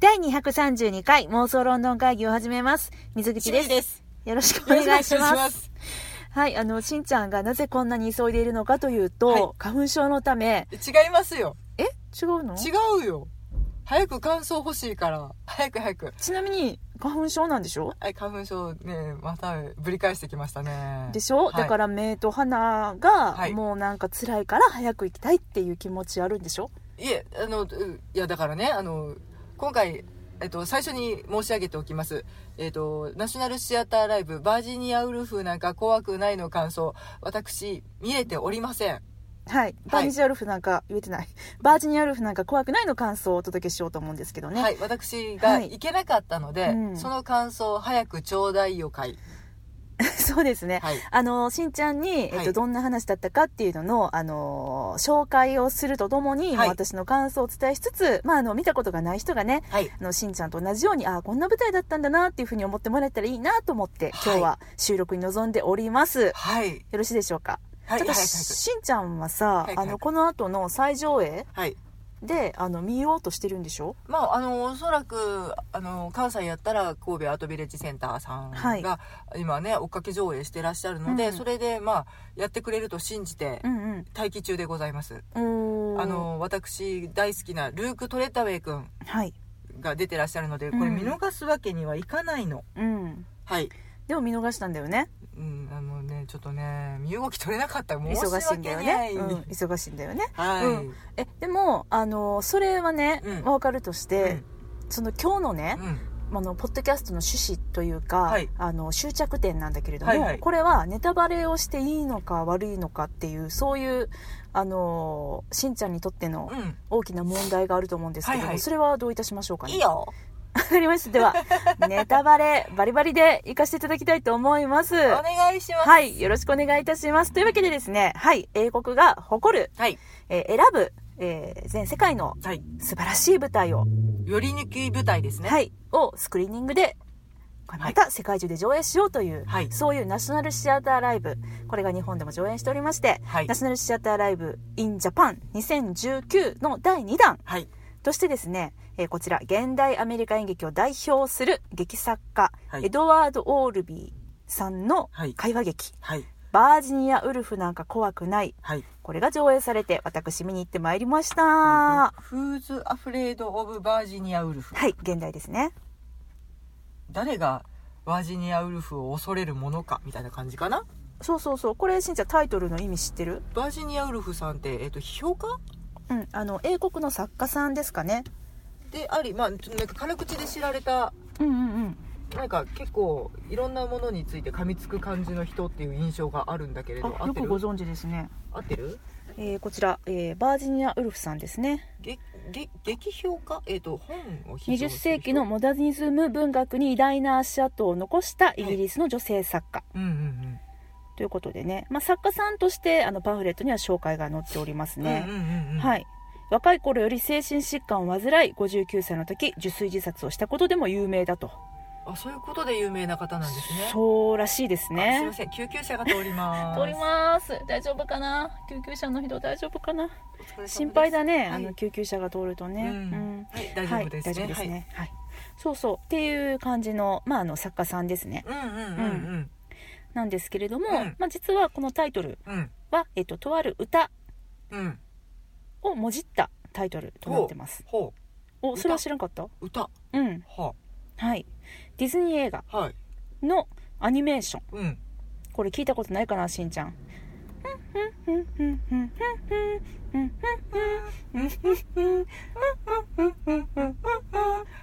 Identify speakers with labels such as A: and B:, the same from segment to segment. A: 第232回妄想ロンドン会議を始めます。水口です。
B: す。
A: よろしくお
B: よろし
A: 願
B: くお願
A: い
B: い
A: し
B: し
A: ま。
B: ますす。
A: はい、あの、しんちゃんがなぜこんなに急いでいるのかというと、
B: はい
A: 花粉症のため、
B: 違いますよ。
A: え違うの
B: 違うよ。早く乾燥欲しいから。早く早く。
A: ちなみに、花粉症なんでしょ
B: はい、花粉症ね、またぶり返してきましたね。
A: でしょ、
B: はい
A: だから目と鼻が
B: はい
A: もうなんか辛いから早く行きたいっていう気持ちあるんでしょ
B: いえ、あの、ういや、だからね、あの、今回、えっと、最初に申し上げておきます。えっと、ナショナルシアターライブ、バージニアウルフなんか怖くないの感想、私、見れておりません。
A: はい、バージニアルフなんか言えてないバージニアルフなんか怖くないの感想をお届けしようと思うんですけどね、
B: はい、私
A: は
B: が
A: い
B: 行けなかったので、
A: うん
B: その感想を早くちょうだいよ会。
A: そうですね、
B: はい。
A: あのしんちゃんに、えっと
B: はい
A: どんな話だったかっていうのの、あの紹介をするとともに、
B: はい
A: 私の感想をお伝えしつつ、まあ、あの見たことがない人がね
B: はい。
A: あのしんちゃんと同じようにああこんな舞台だったんだなっていうふうに思ってもらえたらいいなと思って今日は収録に臨んでおります、よ
B: はい。
A: ろしいでしょうか
B: はい、
A: た
B: はい、は
A: だ
B: い。
A: しんちゃんはさ、
B: はい
A: あ
B: は
A: の
B: い
A: この後の再上映
B: はい。
A: であの見ようとしてるんでしょ
B: まあ、あの、おそらく、あの、関西やったら、神戸アートビレッジセンターさんが、
A: はい
B: 今ね、追っかけ上映してらっしゃるので、
A: うん
B: それで、まあ、やってくれると信じて
A: う、ん
B: 待機中でございます。
A: うんおー
B: あの、私、大好きな、ルーク・トレタウェイ君
A: はい
B: が出てらっしゃるので、これ
A: うん
B: 見逃すわけにはいかないの。
A: うん
B: はい。
A: でも見逃したんだよね
B: うん、あのね、ちょっとね、身動き取れなかった。申し
A: 忙しいんだ
B: 訳
A: よ
B: な
A: ね、
B: い。
A: うん、忙しいんだよね
B: はい、
A: うんえでもあのそれはね、
B: うん
A: わかるとして、その今日のね
B: う、ん。
A: あのポッドキャストの趣旨というか、
B: はい
A: あの終着点なんだけれども、
B: はいはい
A: これはネタバレをしていいのか悪いのかっていうそういうあのしんちゃんにとっての
B: うん。
A: 大きな問題があると思うんですけれども、
B: はいはい
A: それはどういたしましょうか
B: うん。
A: ね
B: いいよ。
A: わかりましたで はネタバレバリバリで行かせていただきたいと思います
B: お願いします。
A: はいよろしくお願いいたしますというわけでですねはい英国が誇る、
B: はい。
A: えー選ぶ、えー全世界の
B: はい。
A: 素晴らしい舞台を、
B: より抜き舞台ですね。
A: はい、をスクリーニングで、これまた世界中で上映しようという、
B: はい
A: そういうナショナルシアターライブ、これが日本でも上演しておりまして、
B: はい
A: ナショナルシアターライブ in Japan 2019の第2弾
B: はい。
A: としてですね、えーこちら、現代アメリカ演劇を代表する劇作家、
B: はい
A: エドワード・オールビーさんの
B: はい
A: 会話劇、
B: はい。
A: バージニア・ウルフなんか怖くない、
B: はい。
A: これが上映されて、私見に行ってまいりました。
B: フーズ・アフレード・オブ・バージニア・ウルフ。
A: はい、現代ですね。
B: 誰がバージニア・ウルフを恐れるものかみたいな感じかな。
A: そうそうそうこれしんちゃんタイトルの意味知ってる
B: バージニア・ウルフさんって、えっと、批評家
A: うんあの英国の作家さんですかね
B: であり、まあ、ちょっとなんか辛口で知られた、
A: うんうんうん
B: なんか結構いろんなものについて噛みつく感じの人っていう印象があるんだけれど、
A: あ
B: 合
A: よ
B: って
A: く
B: る
A: ご存知ですね、
B: 合ってる
A: えーこちら、えーバージニア・ウルフさんですね
B: げげ劇評家えっ、と、本を批評
A: 20
B: する
A: 世
B: 人
A: 紀の、モダニズム文学に偉大な足跡を残したイギリスの女性作家
B: うんうんうん。
A: ということでね、まあ、作家さんとしてあのパンフレットには紹介が載っておりますね
B: う、んうんうんうん、
A: はい若い頃より精神疾患を患い59歳の時受水自殺をしたことでも有名だと
B: あそういうことで有名な方なんですね
A: そうらしいです
B: あすい
A: ね
B: ません救急車が通ります
A: 通ります大丈夫かな救急車の人大丈夫かな
B: お疲れ様です
A: 心配だね、
B: はい
A: あの救急車が通るとね、
B: う
A: うん
B: んはい大丈夫
A: は
B: ですね
A: い、大丈夫ですね、はいそうそうっていう感じの,、まああの作家さんですね
B: はいうんうんうん
A: なんですけれども、
B: うん
A: まあ、実はこのタイトル
B: うんうん
A: は、えっと、とある歌
B: うん
A: をもじったタイトルとなってます
B: ほ
A: お
B: 歌
A: それは知らんかった
B: う歌
A: うん
B: は
A: はいディズニー映画
B: はい
A: のアニメーション
B: うん
A: これ聞いたことないかなしんちゃん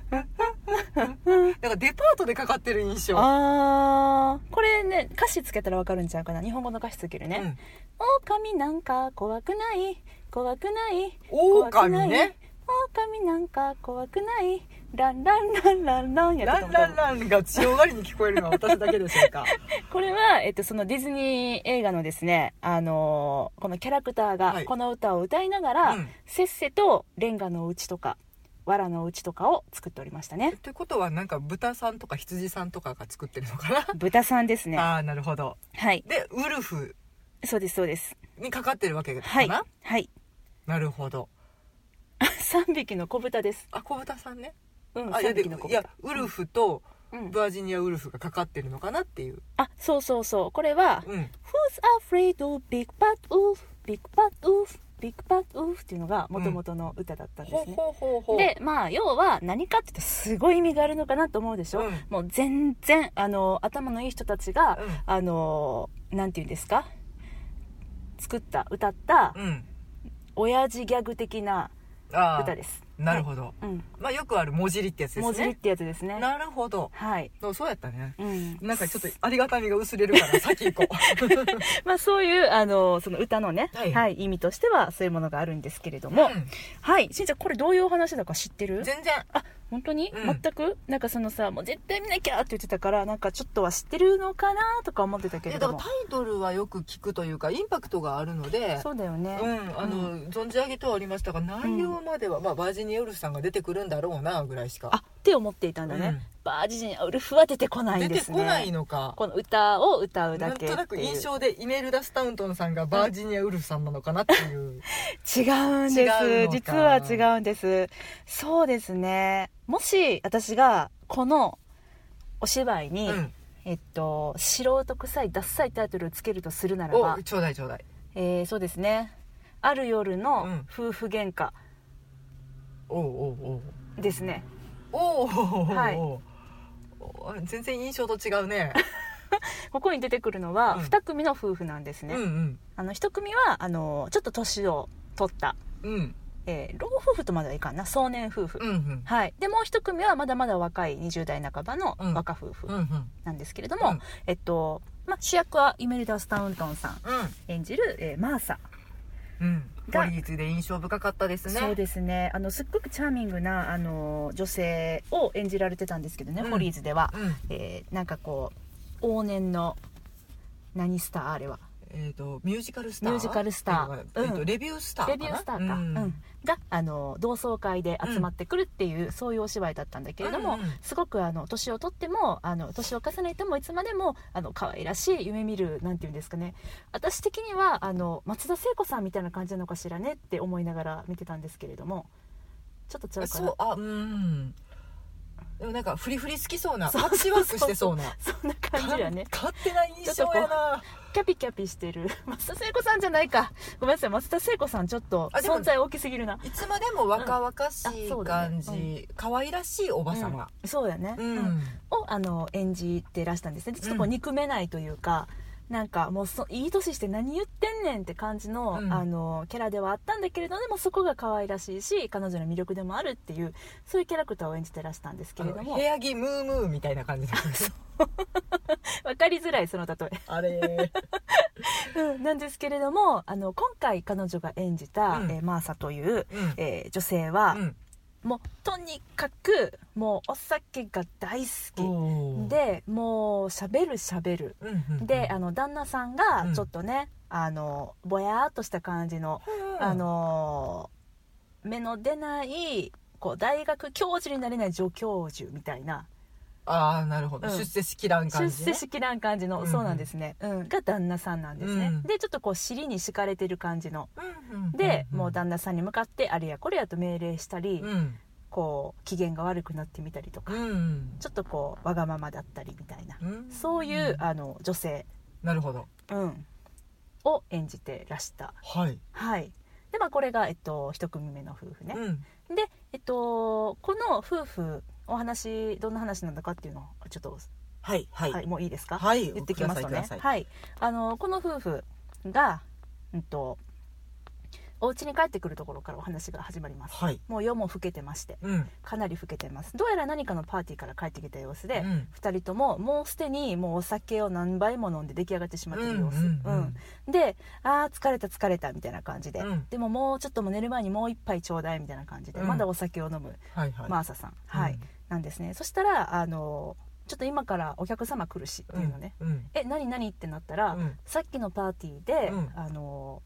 B: なんかデパートでかかってる印象
A: あーこれね歌詞つけたらわかるんちゃうかな日本語の歌詞つけるね、
B: うん
A: 狼なんか怖くない怖くない
B: 狼ね
A: 狼なんか怖くないランランランランランやって
B: ラ
A: た
B: ン
A: も
B: ランランが強がりに聞こえるのは私だけでしょうか
A: これ は、えっと、そのディズニー映画のですね、あのーこのキャラクター
B: は
A: が
B: い
A: この歌を歌いながら、
B: うん
A: せっせとレンガのお家とか藁のお家とかを作っておりましたね
B: ってことはなんか豚さんとか羊さんとかが作ってるのか
A: 豚さんです
B: な、
A: ね
B: ああなるほど
A: はい
B: でウルフ
A: そうですそうです
B: にかかってるわけかな、
A: はいはい
B: なるほど
A: 3匹の子豚です
B: あ小豚さんね
A: うん、
B: あいや
A: 3
B: で
A: 匹の子
B: いやウルフと
A: うん
B: バージニアウルフがかかってるのかなっていう、
A: あそうそうそうこれは
B: うん、
A: 「Who's afraid of big bad wolf big bad wolf big bad wolf」っていうのが元々の歌だったんで
B: ほう
A: すね、
B: ほうほうほう
A: でまあ要は何かって言ったらすごい意味があるのかなと思うでしょ、
B: うん
A: もう全然あの頭のいい人たちが、
B: う
A: あのなんて言うんですか作った歌った
B: ん、うん、
A: 親父ギャグ的な
B: ああ
A: 歌です
B: なるほど、
A: ど、うん
B: まあよくある文字りってやつですね
A: もじりってやつですね
B: なるほど
A: はい、
B: そうそうやったね
A: うん、
B: なんかちょっとありがたみが薄れる から先行こう、
A: まあそういうあのその歌のね、
B: は
A: はいい意味としてはそういうものがあるんですけれども、はいしんちゃんこれどういうお話だか知って
B: うん
A: る
B: 全然
A: あ本当に、
B: うん
A: 全くなんかそのさもう絶対見なきゃって言ってたからなんかちょっとは知ってるのかなとか思ってたけ
B: い
A: れ
B: やだ
A: ど
B: から
A: も
B: タイトルはよく聞くというかインパクトがあるので
A: そうだよね、
B: うん、あの、
A: う
B: 存じ上げてはおりましたが内容までは、まあ、バージニア・ウルフさんが出てくるんだろうなぐらいし
A: あ
B: か
A: って思っていたんだね、
B: うん
A: バージニアウルフは出てこない
B: 出
A: んで
B: て
A: すね
B: こないのか
A: この歌を歌う
B: な
A: だけ
B: ん
A: っていう
B: となく印象でイメルダ・スタウントンさんがバージニア・ウルフさんなのかなって いう、
A: 違うんで
B: 違うの
A: す
B: か
A: 実は違うんですそうですねもし私がこのお芝居
B: う
A: に、
B: ん、
A: えっと素人臭いダッサいタイトルをつけるとするならば
B: お、ちょうだいちょうだい
A: えーそうですねある夜
B: う
A: の
B: ん
A: 夫婦喧嘩
B: おうおうおう
A: ですね、
B: おうおうおうおう、
A: はい
B: お全然印象と違うね
A: ここに出てくるのは
B: うん
A: 2組の夫婦なんですね、
B: うん
A: あの1組はあのちょっと年を取った、
B: うんうん
A: えー老夫婦とまではいかんな壮年夫婦、
B: うんうん
A: はい、でもう1組はまだまだ若い20代半ばの
B: うん
A: 若夫婦
B: うんうん
A: なんですけれども、
B: うん
A: えっとまあ、主役はイメルダ・スタウントンさん
B: うん
A: 演じる、えーマーサ、
B: うん
A: が
B: ポリーズで印象深かったですね
A: そうですねあのすっごくチャーミングなあの女性を演じられてたんですけどね、
B: うん
A: ホリーズでは、
B: うん
A: えーなんかこう往年の何スターあれは
B: えー、とミュージカルスター
A: ミュージカルスター
B: えーと
A: うん
B: レビュースターか
A: レ
B: な
A: ビュースターか、うんがあの同窓会で集まってくるっていう、そういうお芝居だったんだけれども、
B: うんうん
A: すごくあの年を取ってもあの年を重ねてもいつまでもあの可愛らしい夢見るなんていうんですかね私的にはあの松田聖子さんみたいな感じなのかしらねって思いながら見てたんですけれどもちょっと違うか
B: そ
A: な
B: うあうんでもなんかフリフリ好きそうな
A: そう
B: パッチワークしてそうな
A: そんな感じだね
B: か勝手な印象やな
A: キャピキャピしてる 松田聖子さんじゃないかごめんなさい松田聖子さんちょっと
B: あでも
A: 存在大きすぎるない
B: つまでも若々し
A: うんあ
B: い
A: そうだ
B: 感
A: ね
B: じ、可愛らしいおばさま、
A: うんそうだね、
B: うん
A: うんをあの演じてらしたんですねちょっとこ
B: う
A: うん憎めないというか、なんかもうそいい年して何言ってんねんって感じの,、
B: うん
A: あのキャラではあったんだけれどでもそこが可愛らしいし彼女の魅力でもあるっていうそういうキャラクターを演じてらしたんですけ
B: あ
A: れ
B: の
A: ども
B: 部屋着ムームーみたいな感じなん です
A: 分かりづらいその例え、
B: あれ
A: うんなんですけれどもあの今回彼女が演じた、
B: うん
A: えーマーサという、
B: うん
A: えー女性は、
B: うん
A: もうとにかくもうお酒が大好
B: お
A: き
B: ー
A: でもうしゃべるしゃべる
B: うんうんうん
A: であの旦那さん
B: う
A: が
B: ん
A: ちょっとね、あのぼやーっとした感じの、
B: うん
A: あのー目の出ないこう大学教授になれない助教授みたいな
B: ああなるほど、
A: うん
B: 出世式らん
A: 出
B: 感じ、
A: 世
B: ね、
A: 式なん感じの、
B: うんうん
A: そうなんですね、うん、が旦那さんなんですね、
B: うん
A: でちょっとこう尻に敷かれてる感じの
B: うんうんうん
A: で、もう旦那さんに向かってあれやこれやと命令したり、
B: うん
A: こう機嫌が悪くなってみたりとか、
B: うん
A: ちょっとこうわがままだったりみたいな、
B: うん
A: そういうあの女性、
B: なるほど
A: うん、を演じてらした
B: はい、
A: はい。で、まあ、これが、えっと、一組目の夫婦ね。
B: うん
A: で、えっと、この夫婦、お話、どんな話なんだかっていうのを、ちょっと、
B: はいは
A: はいい、もういいですか、
B: はい
A: 言ってきますと
B: くだ
A: ね
B: さいくださ。い
A: はい。あの、この夫婦が、うんと、お家に帰ってくるところからお話が始まります。
B: はい
A: もう夜も更けてまして、
B: うん
A: かなり更けてます。どうやら何かのパーティーから帰ってきた様子で、
B: うん
A: 二人とももうすでにもうお酒を何杯も飲んで出来上がってしまってる様子、
B: うんうんうん
A: で「あー疲れた疲れた」みたいな感じで、
B: うん
A: でももうちょっともう寝る前にもう一杯ちょうだいみたいな感じで、
B: うん
A: まだお酒を飲む
B: はいはい、
A: マーサさん、はい
B: うん
A: なんですねそしたらあのちょっと今からお客様来るしっていうのね「
B: うん
A: え何何?」ってなったら、
B: うん
A: さっきのパーティーで、
B: うん
A: あの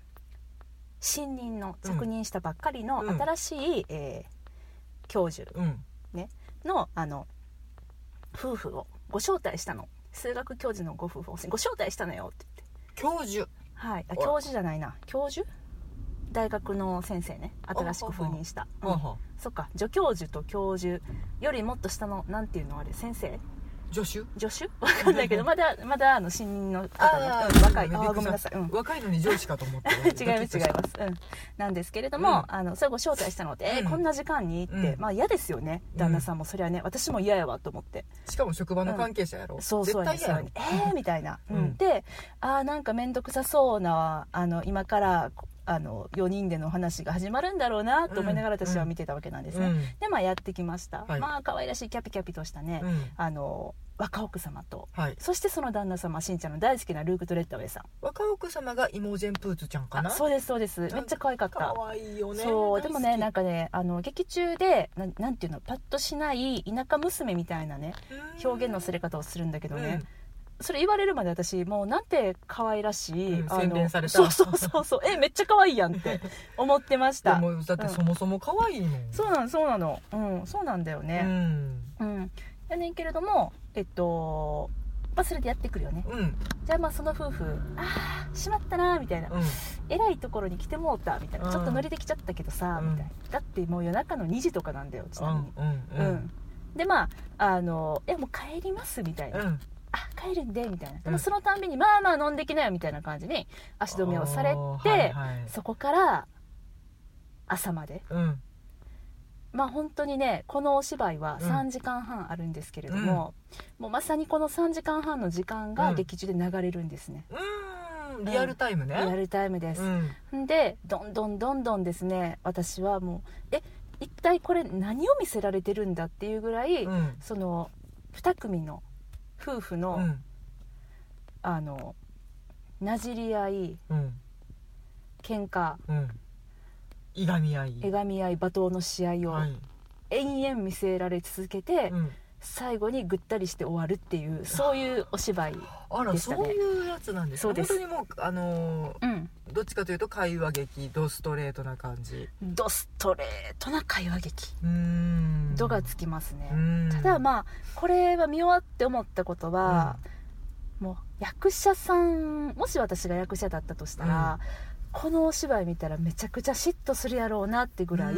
A: 新任の着任したばっかり
B: うん
A: の新しい、えー教授
B: うん
A: のあの夫婦をご招待したの数学教授のご夫婦をご招待したのよって言って
B: 教授
A: はいあ
B: おい
A: 教授じゃないな教授大学の先生ね新しく赴任した、
B: ほう
A: うん
B: ほう
A: そっか助教授と教授よりもっと下のなんていうのあれ先生
B: 助手
A: 助 手わかんないけどまだまだあの新任の方ね
B: あ
A: うん
B: ー
A: 若い
B: そ
A: あ
B: うだね
A: ーごめんなさい、うん、違い
B: 若いのに上司かと思っ
A: ます
B: て
A: 違います、うん、なんですけれども、
B: う
A: あのそれご招待したので、えー
B: うん
A: こんな時間にって、
B: うん
A: まあ嫌ですよね旦那さんも、それはね私も嫌やわと思って
B: しかも職場の関係者やろ
A: そうそう
B: 絶
A: や
B: 対
A: ね
B: 嫌
A: そう
B: や
A: やね
B: ろ
A: えー、みたいな、
B: うん
A: であーなんか面倒くさそうなあの今からこあの4人での話が始まるんだろうなと思いながら
B: うん
A: 私は見てたわけなんですね、
B: うん
A: でまあやってきました、
B: はい
A: まあ可愛らしいキャピキャピとしたね、
B: うん
A: あの若奥様と
B: はい
A: そしてその旦那様しんちゃんの大好きなルーク・トレッドウェイさん
B: 若奥様がイモジェンプーツちゃんかな
A: あそうですそうですめっちゃ可愛かった
B: かわいいよね
A: そうでもねなん
B: か
A: かねあの劇中でなんなんていうのパッとしない田舎娘みたいなね表現のすれ方をするんだけどね、それ言われるまで私もうなんて可愛らしい、
B: うん
A: あの
B: 洗練された
A: そうそうそうそうえめっちゃ可愛いやんって思ってまし
B: で
A: た
B: もだってそもそも可愛いもん
A: そうなのそうなのうんそうなんだよ
B: う
A: ね
B: ん
A: うん、やねんけれどもえっとまあそれでやってくるよね
B: うん
A: じゃあまあその夫婦ああしまったなーみたいな
B: うん
A: 偉いところに来てもうたみたいな、
B: うん
A: ちょっと乗りできちゃったけどさ、
B: うん
A: みたいなだってもう夜中の2時とかなんだよちなみに
B: うん
A: う、
B: うんんうん
A: でまああのいやもう帰りますみたいな、
B: うん
A: あ帰るんでみたいなで
B: う
A: も
B: ん
A: そのたんびに、まあまあ飲んできなよみたいな感じに足止めをされて、
B: あーはいはい
A: そこから朝まで
B: うん
A: まあ本当にねこのお芝居は
B: うん
A: 3時間半あるんですけれども、もうまさにこの3時間半の時間が
B: うん
A: 劇中で流れるんですね、
B: うんリアルタイムね
A: リアルタイムです、
B: うん
A: でどんどんどんどんですね私はもうえ一体これ何を見せられてるんだっていうぐらい、
B: うん
A: その2組の夫婦の、
B: うん
A: あのなじり合い
B: うん
A: 喧嘩
B: うんいがみ合い
A: いがみ合い罵倒の試合を
B: はい
A: 延々見せられ続けて、
B: うん
A: 最後にぐったりして終わるっていうそういうお芝居、
B: あら、
A: でしたね
B: そういうやつなんです
A: そうで
B: ね本
A: す
B: 当にもうあの
A: うん、
B: ーどっちかというと会話劇ドストレートな感じ
A: ドストレートな会話劇
B: うーん
A: 度がつきますね、た
B: た
A: だ
B: あ
A: まあこれは見終わって思ったことは、もう役者さんもし私が役者だったとしたら、このお芝居見たらめちゃくちゃ嫉妬するやろうなってぐらい、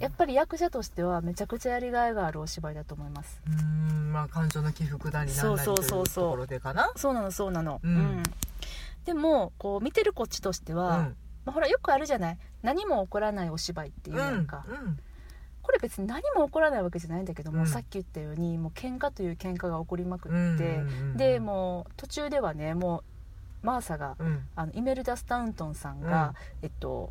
A: やっぱり役者としてはめちゃくちゃやりがいがあるお芝居だと思います
B: うーんまあ感情の起伏なりなんなり
A: そ
B: という
A: そうそ
B: う
A: う
B: と
A: そう
B: ころでかな
A: そうなのそうなの
B: うん
A: でもこう見てるこっちとしては、まあ、ほらよくあるじゃない何も起こらないお芝居っていうなんか、これ別に何も起こらないわけじゃないんだけども、
B: うん
A: さっき言ったようにもう喧嘩という喧嘩が起こりまくって、
B: うんうん
A: でもう途中ではねもうマーサが
B: うんうん
A: あのイメルダ・スタウントンさんが、えっと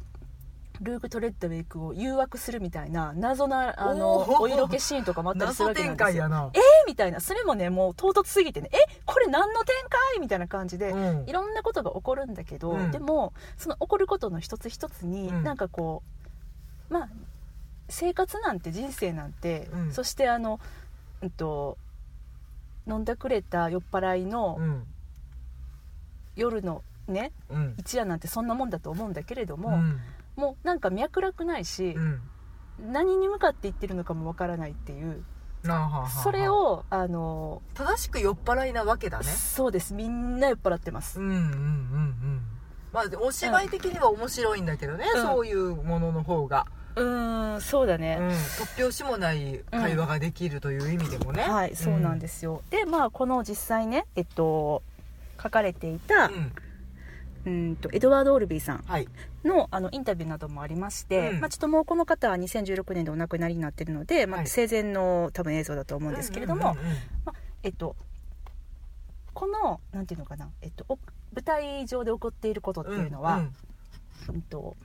A: ルーク・トレッドウェイクを誘惑するみたいな謎なあの
B: おー
A: お色気シーンとかもあったりする
B: 謎
A: わけな
B: 展
A: んです
B: 開
A: よ。
B: やな
A: えーみたいなそれもねもう唐突すぎてねえこれ何の展開みたいな感じで、
B: うん
A: いろんなことが起こるんだけど、
B: うん
A: でもその起こることの一つ一つに、
B: うん
A: なんかこうまあ生活なんて人生なんて、
B: うん
A: そしてあの、うん、と飲んだくれた酔っ払いの
B: うん
A: 夜のね
B: うん
A: 一夜なんてそんなもんだと思うんだけれど
B: う
A: も、
B: ん
A: もうなんか脈絡ないし
B: う、ん
A: 何に向かって言ってるのかもわからないっていう
B: なあはあはあ
A: それをあの、
B: 正しく酔っ払いなわけだね
A: そうですみんな酔っ払ってます
B: うんうんうんうんまあお芝居的には面白いんだけどね、
A: うん
B: そういうものの方が、
A: うーんそうだ
B: うん
A: ね、
B: 突拍子もない会話ができるという意味でもね、
A: はいそうなんですよ、でまあこの実際ねえっと書かれていた、
B: うん、うん
A: うんとエドワード・オルビーさん
B: はい
A: のあのインタビューなどもありまして、
B: うん
A: まあ、ちょっともうこの方は2016年でお亡くなりになってるので、ま
B: は
A: あ、
B: い
A: 生前の多分映像だと思うんですけれども、
B: うんうんうんうん
A: えっとこのなんていうのかな、えっと、お舞台上で起こっていることっていうのは、うんと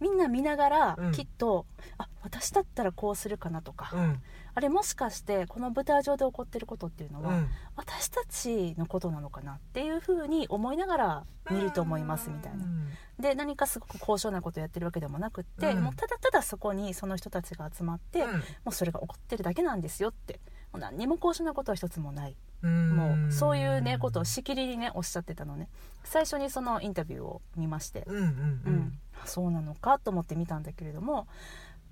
A: みんな見ながら
B: うん
A: きっと、あ私だったらこうするかなとか、
B: うんうん
A: あれもしかしてこの舞台上で起こっていることっていうの
B: う
A: は、
B: ん
A: 私たちのことなのかなっていうふうに思いながら見ると思いますみたいな。で何かすごく高尚なことをやってるわけでもなくって、
B: うん
A: もうただただそこにその人たちが集まって、も
B: う
A: うそれが起こってるだけなんですよってもう何にも高尚なことは一つもない
B: ん
A: もうそういうねことをしきりにねおっしゃってたのね最初にそのインタビューを見まして、
B: うんうん
A: う
B: うんん
A: そうなのかと思って見たんだけれども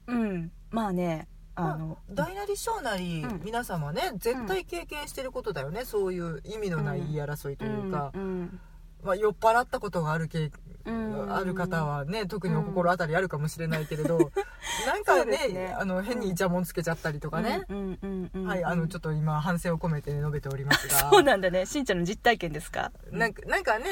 A: うんまあねあの、
B: 大なり小なり、
A: うん
B: 皆様ね絶対経験してることだよねそういう意味のない言い争いというか、
A: うんうん
B: まあ、酔っ払ったことがある経
A: うん
B: ある方はね特にお心当たりあるかもしれないけ れど、なんか
A: そうです
B: ね
A: ね
B: あの変にイチャモンつけちゃったりとかね、
A: うんうんうんうん
B: はいあのちょっと今反省を込めて述べておりますが
A: そうなんだねしんちゃんの実体験ですか
B: なんかなんかね、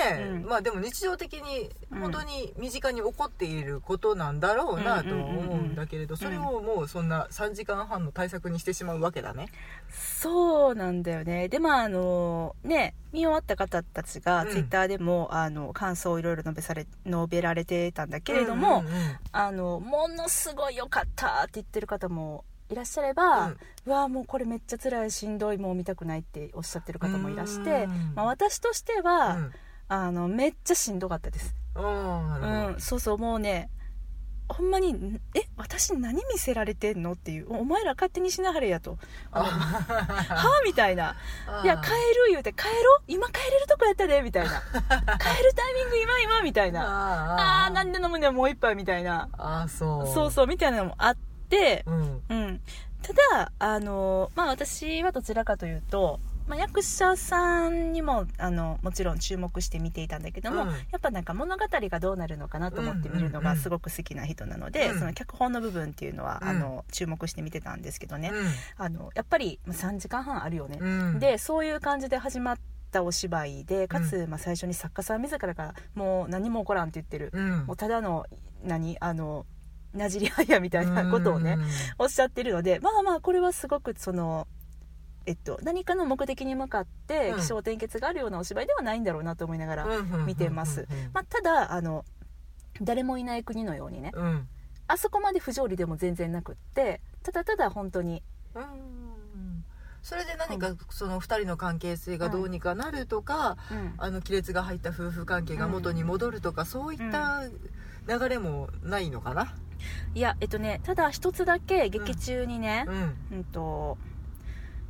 A: うん
B: まあでも日常的に
A: うん
B: 本当に身近に起こっていることなんだろうなとは思うんだけれ
A: う
B: ど
A: ん
B: そ
A: うんう
B: れ
A: ん
B: を
A: うん
B: もうそんな3時間半の対策にしてしまうわけだね。
A: そうなんだよねでまああのね見終わった方たちが
B: うん
A: ツイッターでも、あの感想をいろいろ述べされ述べられてたんだけれども、
B: うんうんうん
A: あのものすごい良かったって言ってる方もいらっしゃれば、
B: うん
A: うわあもうこれめっちゃ辛いしんどいもう見たくないっておっしゃってる方もいらして
B: う、ん
A: まあ、私としては、
B: うん
A: あのめっちゃしんどかったです、
B: うんな
A: う
B: るほど
A: ん、そうそうもうねほんまにん「え私何見せられてんの?」っていう「お前ら勝手にしなはれや」と「
B: あ
A: はあ?」みたいな「いや帰る」言うて「帰ろ今帰れるとこやったで」みたい な「帰るタイミング今今」みたいな「あ
B: あ
A: あーなんで飲むねもう一杯」みたいな
B: ああそう
A: そうそうみたいなのもあって
B: う、ん
A: うん、ただあの、まあ、私はどちらかというと、まあ、役者さんにもあのもちろん注目して見ていたんだけども、
B: うん
A: やっぱなんか物語がどうなるのかなと思って見るの
B: うんうん
A: が
B: うん
A: すごく好きな人なので、
B: うん
A: その脚本の部分っていうのは、
B: うん
A: あの注目して見てたんですけどね、
B: う
A: あのやっぱりまあ3時間半あるよね、
B: んうん
A: でそういう感じで始まったお芝居でかつ、まあ、最初に作家さん自らがもう何も起こらんって言ってる、
B: うん
A: もうただの何あのなじり合いやみたいなことをね、おっしゃってるのでまあまあこれはすごくその、えっと、何かの目的に向かって
B: うん
A: 気象転結があるようなお芝居ではないんだろうなと思いながら、
B: うん
A: 見てますまあ、ただあの誰もいない国のようにね
B: うんうん
A: あそこまで不条理でも全然なくってただただ本当に
B: うんそれで何かその二人の関係性がどうにかなるとか
A: うん
B: あの亀裂が入った夫婦関係が元に戻るとかそういった流れもないのかない
A: やえっとねただ一つだけ劇中にね
B: う、ん
A: うんと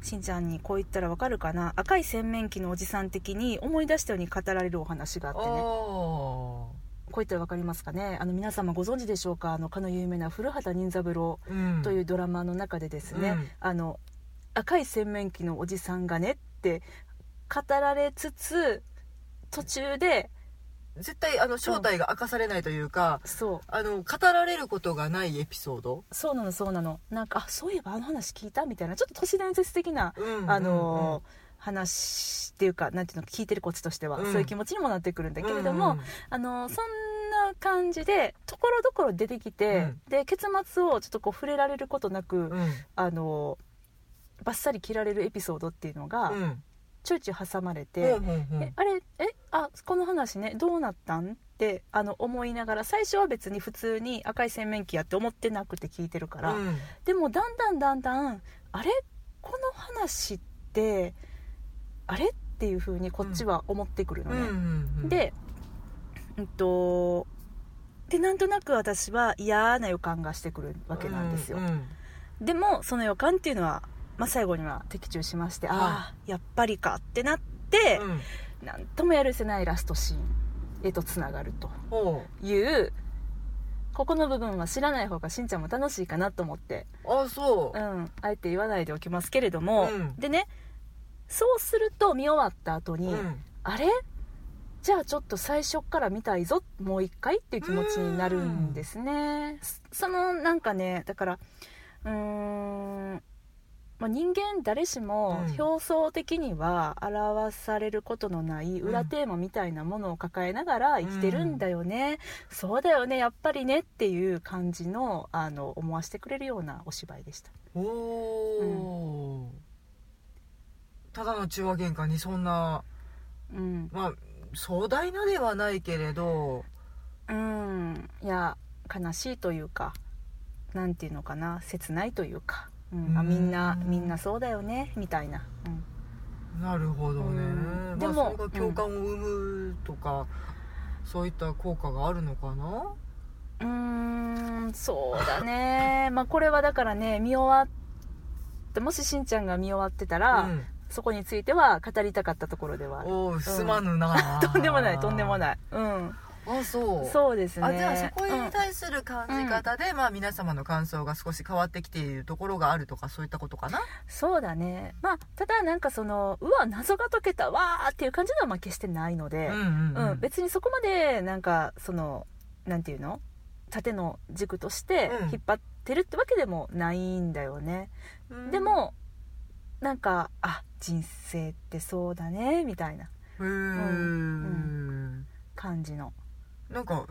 A: しんちゃんにこう言ったらわかるかな赤い洗面器のおじさん的に思い出したように語られるお話があってね
B: お
A: こういったらわかりますかねあの皆様ご存知でしょうかあのかの有名な古畑任三郎
B: ーうん
A: というドラマの中でですね、
B: うん
A: あの赤い洗面器のおじさんがねって語られつつ途中で
B: 絶対あの正体が明かされないというか
A: そう
B: あの語られることがないエピソード
A: そうなのそうなのなんかあそういえばあの話聞いたみたいなちょっと都市伝説的な、
B: うん
A: あの話っていうかなんていうの聞いてるこっちとしては、
B: うん
A: そういう気持ちにもなってくるんだけれども、
B: うん
A: あのそんな感じでところどころ出てきて、
B: うん
A: で結末をちょっとこう触れられることなく、
B: うん
A: あのバッサリ切られるエピソードっていうのが
B: うん
A: ちょいちょい挟まれて、
B: うんうんうん
A: えあれえあこの話ねどうなったんってあの思いながら最初は別に普通に赤い洗面器やって思ってなくて聞いてるから、
B: うん
A: でもだんだんだんだんあれこの話ってあれっていう風にこっちは思ってくるの
B: う
A: ね。
B: んうんうん、
A: で、うんとでなんとなく私は嫌な予感がしてくるわけなんですよ。
B: うんうん
A: でもその予感っていうのは、まあ、最後には的中しまして、
B: はい
A: ああやっぱりかってなって
B: う、ん
A: なんともやるせないラストシーンへとつながると
B: ほ
A: いうここの部分は知らない方がしんちゃんも楽しいかなと思って、
B: うあそうう、
A: ん、あえて言わないでおきますけれども、
B: うん
A: でねそうすると見終わった後に、
B: うん
A: あれじゃあちょっと最初っから見たいぞもう一回っていう気持ちになるんですねそそのなんかねだからうーん、まあ、人間誰しも
B: うん
A: 表層的には表されることのない裏テーマみたいなものを抱えながら生きてるんだよね、そうだよねやっぱりねっていう感じのあの思わせてくれるようなお芝居でした
B: おお、ただの中和喧嘩にそんな
A: うん
B: まあ壮大なではないけれど
A: うんいや悲しいというかなんていうのかな切ないというか、うんあ
B: うん
A: みんなみんなそうだよねみたいな、うん
B: なるほどね、
A: うんで
B: で
A: も
B: も、それが共感を生むとか、そういった効果があるのかな
A: うーんそうだ ねまあこれはだからね見終わってもししんちゃんが見終わってたら、
B: うん、
A: そこについては語りたかったところではある
B: おおすまぬな、
A: とんでもないとんでも
B: い
A: ないうん
B: あそう
A: そうですね
B: あじゃあそこに
A: うん
B: 対する感じ方で、まあ皆様の感想が少し変わってきているところがあるとかそういったことかな
A: そうだねまあただなんかそのうわ謎が解けたわーっていう感じのはまあ決してないので、
B: ん
A: うん別にそこまでなんかそのなんていうの縦の軸として
B: うん
A: 引っ張ってるってわけでもないんだよね、
B: うん
A: でもなんかあ人生ってそうだねみたいな
B: うーん、
A: 感じの
B: なんか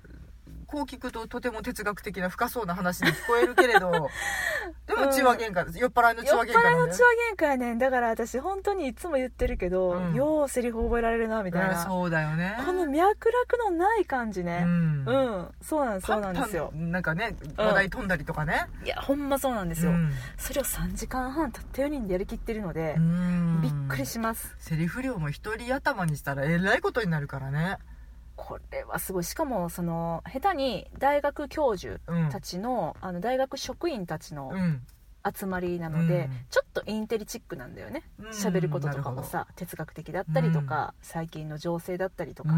B: こう聞くととても哲学的な深そうな話に聞こえるけれど でも血は喧嘩です酔っ払いの血
A: 酔っ払
B: は喧
A: い
B: 嘩な
A: の
B: んだ
A: 血
B: よ
A: は喧嘩やねんだから私本当にいつも言ってるけど、
B: うん
A: ようセリフ覚えられるなみたい
B: うん
A: な、
B: そうだよね
A: この脈絡のない感じね
B: うん
A: うん、そうなんですそ
B: パ
A: う
B: ン
A: な
B: パ
A: ん
B: ン
A: ですよ
B: なんかね話題飛んだりとかね、
A: いやほんまそうなんで
B: です
A: よ、それを3時間半たった4人でやりきってるので、びっくりします
B: セリフ量も一人頭にしたらえらいことになるからね
A: これはすごいしかもその下手に大学教授
B: うん
A: たちの,、あの大学職員たちの
B: うん
A: 集まりなので、
B: うん
A: ちょっとインテリチックなんだよね
B: うん
A: 喋、ることとかもさ哲学的だったりとか、最近の情勢だったりとか、
B: うん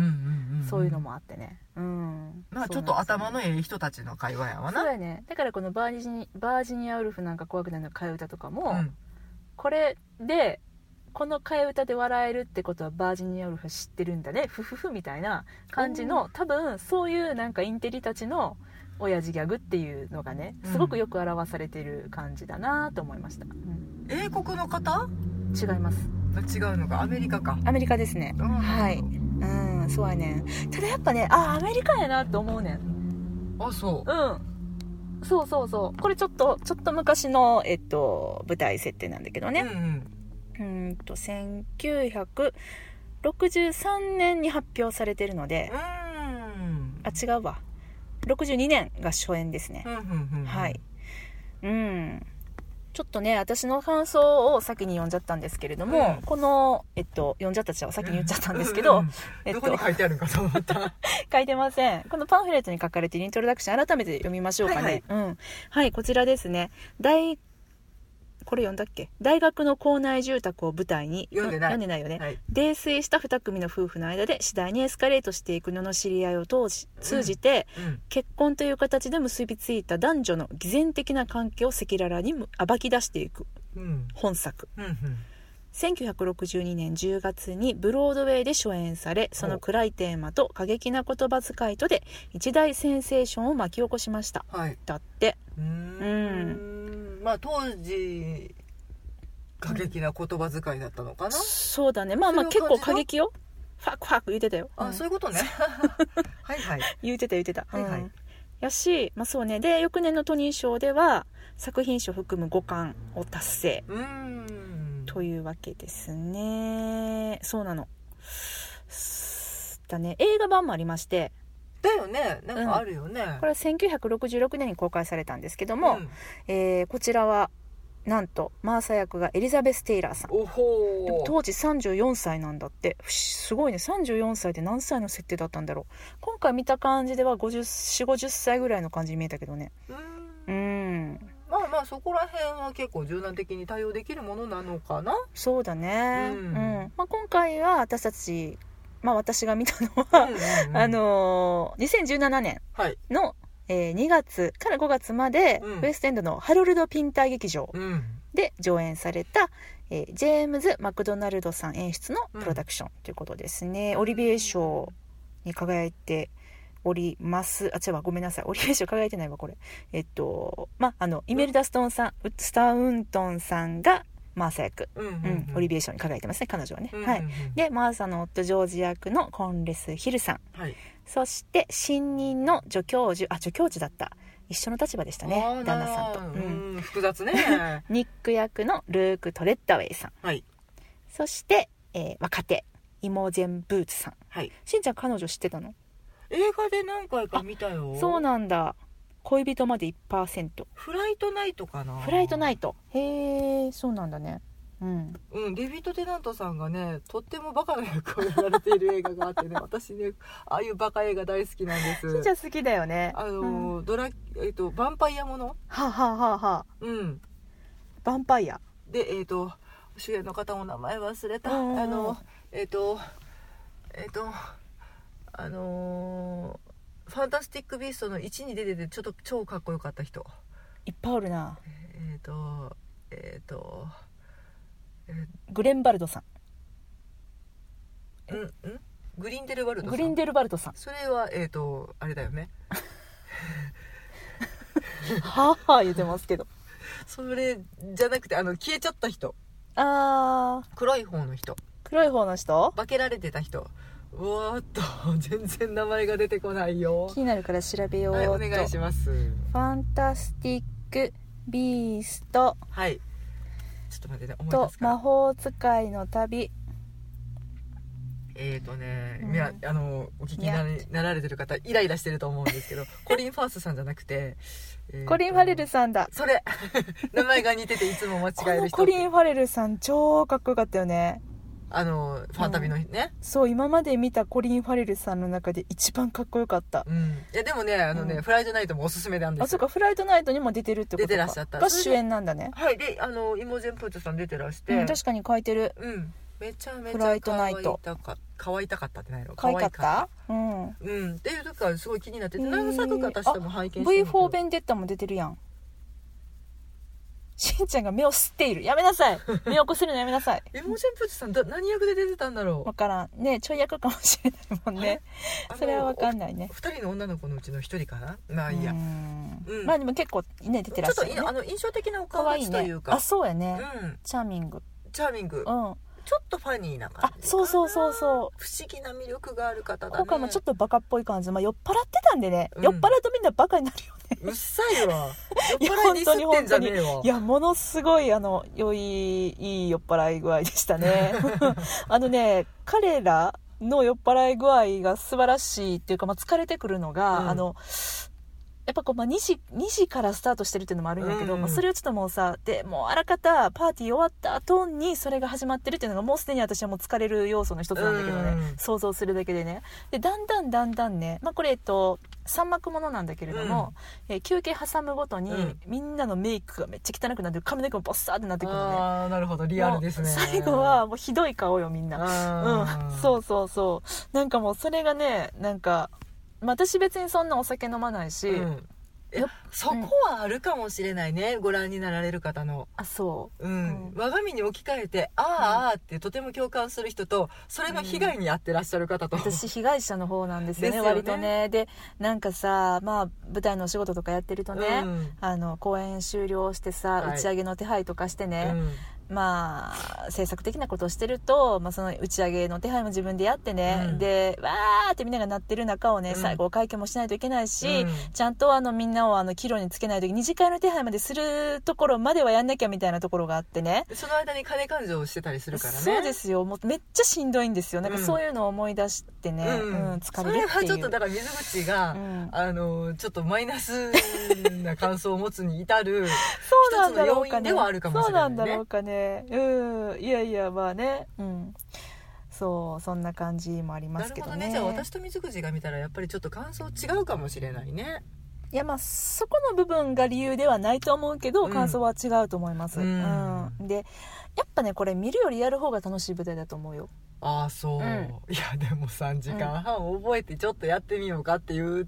B: うんん
A: そういうのもあってねうん
B: まあち
A: そ
B: ょ
A: う
B: っ
A: なんで
B: と
A: すよね
B: 頭のええ人たちの会話やわ
A: そう
B: な
A: やねだからこのバージニバージニアウルフなんか怖くないの替え歌とかも、
B: うん
A: これでこの替え歌で笑えるってことはバージニアウルフ知ってるんだねふふふみたいな感じの多分そういうなんかインテリたちの親父ギャグっていうのがねすごくよく表されてる感じだなと思いました、うん
B: 英国の方
A: 違います
B: 違うのかアメリカか
A: アメリカですね
B: うん
A: はいうんそうやねんただやっぱねあアメリカやなと思うねん
B: あそう
A: うんそうそうそうこれちょっとちょっと昔の、えっと、舞台設定なんだけど
B: うん
A: ね、
B: うん
A: うーんと1963年に発表されてるので
B: う、ーん
A: あ違うわ62年が初演ですね
B: う、んうんうん
A: はいうんちょっとね私の感想を先に読んじゃったんですけれども、
B: うん
A: この、えっと、読んじゃったちは先に言っちゃったんですけ
B: う
A: ど
B: んうん、
A: えっ
B: どこに
A: と、
B: 書いてあるんかと思った
A: 書いてませんこのパンフレットに書かれているイントロダクション改めて読みましょうかね
B: はい
A: うん、はいこちらですね大これ読んだっけ大学の校内住宅を舞台に
B: 読んでない
A: 読んでないよね、
B: はい
A: 泥酔した2組の夫婦の間で次第にエスカレートしていく罵り合いを通し通じて、
B: うん
A: 結婚という形で結びついた男女の偽善的な関係を赤裸々に暴き出していく
B: うん
A: 本作
B: うんうん
A: 1962年10月にブロードウェイで初演されその暗いテーマと過激な言葉遣いとで一大センセーションを巻き起こしました
B: はい
A: だって
B: うーんまあ当時過激な言葉遣いだったのかな、
A: そうだねまあまあ
B: そ
A: 結
B: れを
A: 構
B: 感じた
A: 過激よファックファック言ってたよ、う
B: あ
A: ん
B: そういうことね はいはい
A: 言ってた言ってた、
B: はいはい
A: うんやし、まあ、そうねで翌年のトニー賞では作品賞含む5冠を達成
B: うーん
A: というわけですねそうなのすだね映画版もありまして
B: だよねなんかあるよね、
A: これは1966年に公開されたんですけども、
B: ん
A: えーこちらはなんとマーサ役がエリザベス・テイラーさん
B: お
A: でも
B: ほー
A: 当時34歳なんだってふしすごいね34歳で何歳の設定だったんだろう今回見た感じでは504050歳ぐらいの感じに見えたけどね
B: うー
A: うんん
B: まあまあそこら辺は結構柔軟的に対応できるものなのかな
A: そうだね
B: う
A: うんん、まあ、今回は私たちまあ私が見たの
B: う
A: は、
B: んうんうん
A: あのー2017年
B: はい
A: の、えー2月から5月まで、
B: うん
A: ウエストエンドのハロルド・ピンター劇場
B: うん
A: で上演された、えージェームズ・マクドナルドさん演出のプロダクションということですね、オリビエ賞に輝いておりますあ違うわごめんなさいオリビエ賞輝いてないわこれえっとまああのイメルダ・ストーンさんウッスタウントンさんがマーサ役、
B: うんう
A: う
B: ん
A: ん
B: うん
A: オリビエ賞に輝いてますね彼女はね、
B: うんうんうん
A: はいでマーサの夫ジョージ役のコンレス・ヒルさん
B: はい
A: そして新任の助教授あ助教授だった一緒の立場でしたね
B: あー
A: 旦那さんと、
B: な
A: うん
B: ーうん複 雑ね
A: ニック役のルーク・トレッダウェイさん
B: はい
A: そして、えー若手イモジェン・ブーツさん
B: はい
A: しんちゃん彼女知ってたの
B: 映画で何回か見たよ
A: そうなんだ恋人まで1%
B: フライトナイトかな
A: フライトナ
B: イ
A: イトへえそうなんだねうん
B: うん、デビッド・テナントさんがねとってもバカな役をやられている映画があ ってね私ねああいうバカ映画大好きなんです
A: しんちゃん好きだよね
B: あ
A: うん
B: の、ドラえっとヴァンパイアもの
A: はあはあはあはあ
B: うん
A: ヴァンパイア
B: でえっ、と主演の方お名前忘れた、
A: うんうんうん
B: あのえっ、とえっ、とあのーファンタスティック・ビースト」の1に出ててちょっと超かっこよかった人
A: いっぱいおるな
B: えっ、とえっ、と
A: グレンバルドさ
B: うんうんグリンデル・ワル
A: ん
B: ド
A: グリン
B: デ
A: デルバルトさん
B: それはえっ、とあれだよね
A: はあはあ言ってますけど
B: それじゃなくてあの消えちゃった人
A: あー
B: 黒い方の人
A: 黒い方の人
B: 化けられてた人うわーっと全然名前が出てこないよ
A: 気になるから調べよう
B: は
A: っ
B: い
A: と、
B: お願いします
A: ファンタスティック・ビースト
B: はいちょっと待ってね思い
A: と
B: 出すから
A: 魔法使いの旅
B: えーとね、
A: うん
B: いやあのお聞きにな
A: に
B: れなられてる方イライラしてると思うんで すけどコリン・ファースさんじゃなくて、えーと
A: コリン・ファレルさんだ
B: それ 名前が似てていつも間
A: こ
B: 違える
A: の
B: 人
A: コリン・ファレルさん超かっこよかったよね
B: あのファンタビのね、
A: そう今まで見たコリン・ファレルさんの中で一番かっこよかった
B: うんいやでもねあのね、
A: うん
B: フライドナイトもおすすめなんですよ
A: あそうかフライトナイトにも出てるってことか
B: 出てらっしゃった
A: が主演なんだね、
B: はいであのイモジェン・プーチョさん出てらして、
A: うん、確かに書いてる
B: うんめちゃめち
A: フラ
B: ゃ
A: イトナイト
B: 可愛いか可愛いたかったってないの
A: 可愛かったうん
B: うんっていうとかすごい気になってて
A: へー
B: 何作か私とも拝見してみた
A: V4 ベンデッタも出てるやんしんちゃんが目を吸っているやめなさ い目を起こせるのやめなさい
B: イモジェン・プーチョさんだ何役で出てたんだろう
A: わからんねちょい役かもしれないもんね
B: あの
A: それはわかんないね
B: 二人の女の子のうちの一人かなまあいいや、
A: う
B: ち
A: ん
B: うん
A: まあでも結構ね出て
B: ょ
A: らっ
B: っ
A: しゃ
B: と
A: る
B: い
A: ね
B: あの印象的なお顔
A: 可愛い
B: 立ちと
A: ね
B: いうか
A: あそうやね
B: うん
A: チャーミング
B: チャーミング、
A: うん
B: ちょっとファニーな感
A: あ
B: じ
A: そうそうそうそう
B: 不思議な魅力がある方だね
A: 今回もちょっとバカっぽい感じ、まあ、酔っ払ってたんでね、
B: うん
A: 酔っ払うとみんなバカになるよね
B: うっさいわ
A: い
B: 酔
A: や
B: っ払いにすってんじゃねえわ
A: いやものすごいあの良いいい酔っ払い具合でした ねあのね彼らの酔っ払い具合が素晴らしいっていうか、まあ、疲れてくるのが、
B: うん
A: あのやっぱこう、まあ、2時 ,2 時からスタートしてるっていうのもあるんやけど、
B: うん
A: まあ、それをちょっともうさでもうあらかたパーティー終わった後にそれが始まってるっていうのがもうすでに私はもう疲れる要素の一つなんだけどね、
B: うん
A: 想像するだけでねでだんだんだんだんね、まあ、これ、えっと、三幕ものなんだけれども、えー休憩挟むごとに、
B: うん
A: みんなのメイクがめっちゃ汚くなって髪の毛もボッサーってなってくるのね
B: ああなるほどリアルですね
A: もう最後はもうひどい顔よみんな
B: あ
A: う
B: ー
A: んそうそうそうなんかもうそれがねなんかまあ私別にそんなお酒飲まないし、
B: うんいやそこはあるかもしれないね、ご覧になられる方の、
A: あそ
B: うん
A: うん
B: 我が身に置き換えて「あーあー」ってとても共感する人とそれの被害に遭ってらっしゃる方と、
A: う私被害者の方なんですよね
B: ですよね
A: 割とねでなんかさまあ舞台のお仕事とかやってるとね、
B: うん
A: あの公演終了してさ、
B: はい
A: 打ち上げの手配とかしてね、
B: うん
A: まあ、制作的なことをしてると、まあ、その打ち上げの手配も自分でやってね、
B: うん
A: でわーってみんなが鳴ってる中をね、
B: うん
A: 最後お会計もしないといけないし、
B: うん
A: ちゃんとあのみんなをあの帰路につけないとき二次会の手配までするところまではやんなきゃみたいなところがあってね
B: でその間に金勘定をしてたりするからね
A: そうですよもうめっちゃしんどいんですよなんかそういうのを思い出してね、うん疲れるっていう
B: それはちょっとだから水口が、
A: うん
B: あのちょっとマイナスな感想を持つに至る
A: そうなんだろう
B: 一つの要
A: か
B: 因
A: ね。
B: ではあるかもしれないね
A: そうなんだろうかね。うん。いやいや、まあね。うん。そう、そんな感じもあ りま
B: な
A: す
B: る
A: け
B: ほ
A: ど
B: ど
A: ね。
B: ねじゃあ私と水口が見たらやっぱりちょっと感想違うかもしれないね
A: いや、まあ、そこの部分が理由ではないと思うけど、
B: うん
A: 感想は違うと思います。
B: う
A: うんん。で、やっぱね、これ見るよりやる方が楽しい舞台だと思うよ。
B: ああそう、
A: うん
B: いやでも3時間半覚えてちょっとやってみようかっていう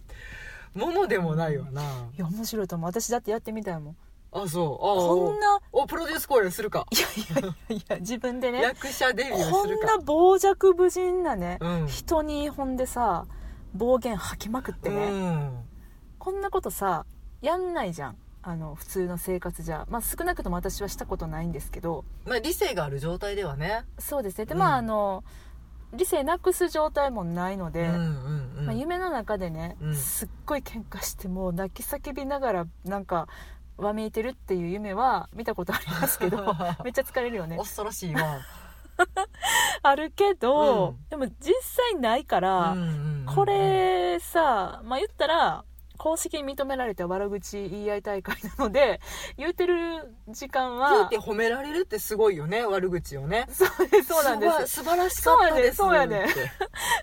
B: ものでもないわな、
A: いや、面白いと思う。私だってやってみたいもん。
B: あそう
A: こん
B: ああ
A: な、
B: おプロデュース公演するか、
A: いやいやいやいや、自分でね、
B: 役者デビュー
A: こ
B: する
A: ん
B: か
A: な傍若無人なね、
B: うん
A: 人にほんでさ、暴言吐きまくってね。
B: うん
A: こんなことさやんないじゃんあの普通の生活じゃ、まあ、少なくとも私はしたことないんですけど
B: まあ理性がある状態ではね
A: そうですねで
B: うん
A: まああの理性なくす状態もないの
B: う
A: で、
B: んうんうん、
A: まあ、夢の中でね、
B: うん
A: すっごい喧嘩してもう泣き叫びながらなんかわめいてるっていう夢は見たことありますけどめっちゃ疲れるよね
B: 恐ろし いわ、
A: あるけど、
B: うん
A: でも実際ないから、
B: うんうんうん
A: これさ、まあ、言ったら公式に認められた悪口言い合い大会なので言うてる時間
B: 言う
A: は
B: て褒められるってすごいよね悪口をね
A: そうですそうなんです
B: すば素晴らしかったです
A: そうやね
B: って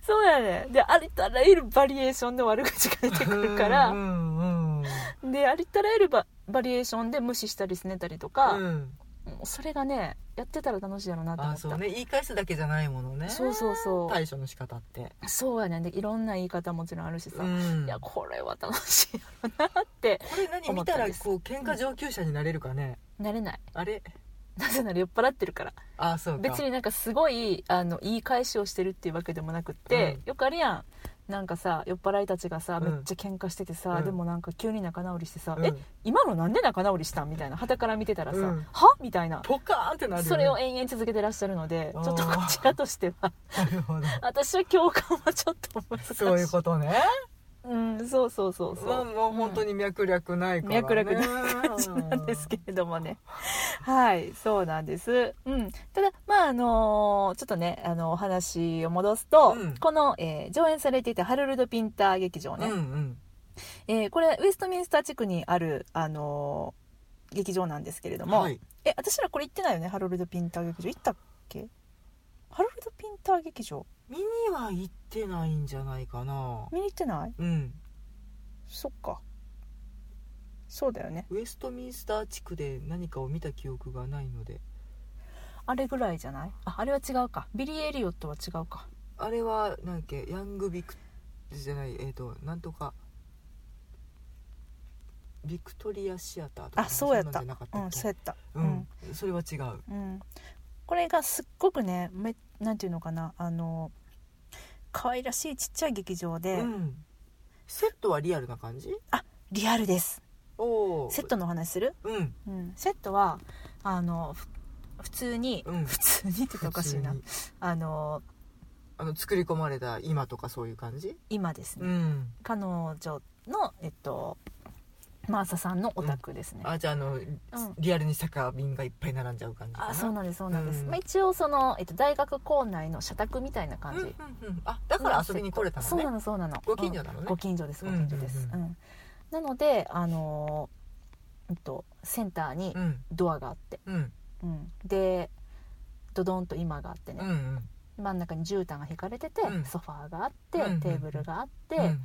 A: そうやねでありとあらゆるバリエーションの悪口が出てくるか
B: う
A: ら
B: んうんうん
A: でありとあらゆるババリエーションで無視したりすねたりとか、
B: うん
A: もうそれがねやってたら楽しいやろうなと
B: あ
A: 思
B: あ
A: った
B: そうね言い返すだけじゃないものね
A: そうそうそう
B: 対処の仕方って
A: そうやねんでいろんな言い方もちろんあるしさ、
B: うん
A: いやこれは楽しいやろうなって
B: これ何
A: 思
B: 見
A: った
B: た
A: ん
B: ら
A: です
B: こう喧嘩上級者になれるかね、
A: なれない
B: あれ
A: なぜなら酔っ払ってるから
B: ああそうか
A: 別になんかすごいあの言い返しをしてるっていうわけでもなくって、
B: う
A: よくあるやんなんかさ酔っ払いたちがさ、
B: うん
A: めっちゃ喧嘩しててさ、
B: うん
A: でもなんか急に仲直りしてさ「
B: うん
A: え今のなんで仲直りしたん?」みたいな傍から見てたらさ「
B: うん
A: は?」みたいな、
B: ポカーンってなるよね
A: それを延々続けてらっしゃるので
B: あー
A: ちょっとこちらとしては
B: なる ほど
A: 私は共感はちょっと難しい
B: そういうことね
A: うん、そうそうそうそう、
B: まあもう本当に脈略ないから、ね、
A: 脈絡ない感じなんですけれどもね。はい、そうなんです。うん。ただ、まあ、あのーちょっとね、あの、お話を戻すと、
B: うん
A: この、えー上演されていたハルルド・ピンター劇場ね、
B: うんうん
A: えーこれ、ウェストミンスター地区にある、あのー劇場なんですけれども、
B: はい
A: え、私らこれ行ってないよね、ハルルド・ピンター劇場。行ったっけハルルド・ピンター劇場
B: 見には行ってないんじゃないかな
A: 見に行ってない
B: うん
A: そっか。そうだよね。
B: ウェストミンスター地区で何かを見た記憶がないので
A: あれぐらいじゃないあ、あれは違うか。ビリー・エリオットは違うか。
B: あれはなんだっけヤングビクじゃないえっ、となんとかビクトリアシアターとか
A: あそうやった
B: んなんじゃなかった
A: うん、
B: っ
A: そう
B: け
A: やった。
B: うん、それは違う
A: うん、これがすっごくねめなんていうのかなあの可愛らしいちっちゃい劇場で、
B: うんセットはリアルな感じ
A: リアルです
B: おお
A: セットのお話する、
B: うん
A: うん、セットはあのふ普通に、
B: うん
A: 普通にって言ったらおかしいな
B: 普通に
A: あの
B: あの作り込まれた今とかそういう感じ
A: 今ですね、
B: ん
A: 彼女のえっとマーサさんのお宅ですね、
B: あじゃああの、リアルに酒瓶がいっぱい並んじゃう感じかな
A: あそう
B: な
A: なんですそうなんです、
B: うん
A: まあ、一応その、えっと、大学構内の社宅みたいな感
B: 感
A: じ、
B: じ、うんうんうん、あだから遊びに来れた
A: そ
B: の
A: う
B: ね
A: なのそうなの
B: ご近所なのね
A: ご近所ですご近所です、
B: う
A: うんんなのであのーうんとセンターに
B: うん
A: ドアがあって、
B: うん
A: うんでドドンと今があって
B: う
A: ね、
B: ん
A: 真ん中に絨毯が引かれてて、
B: うん
A: ソファーがあって、
B: うん
A: テーブルがあって、
B: うん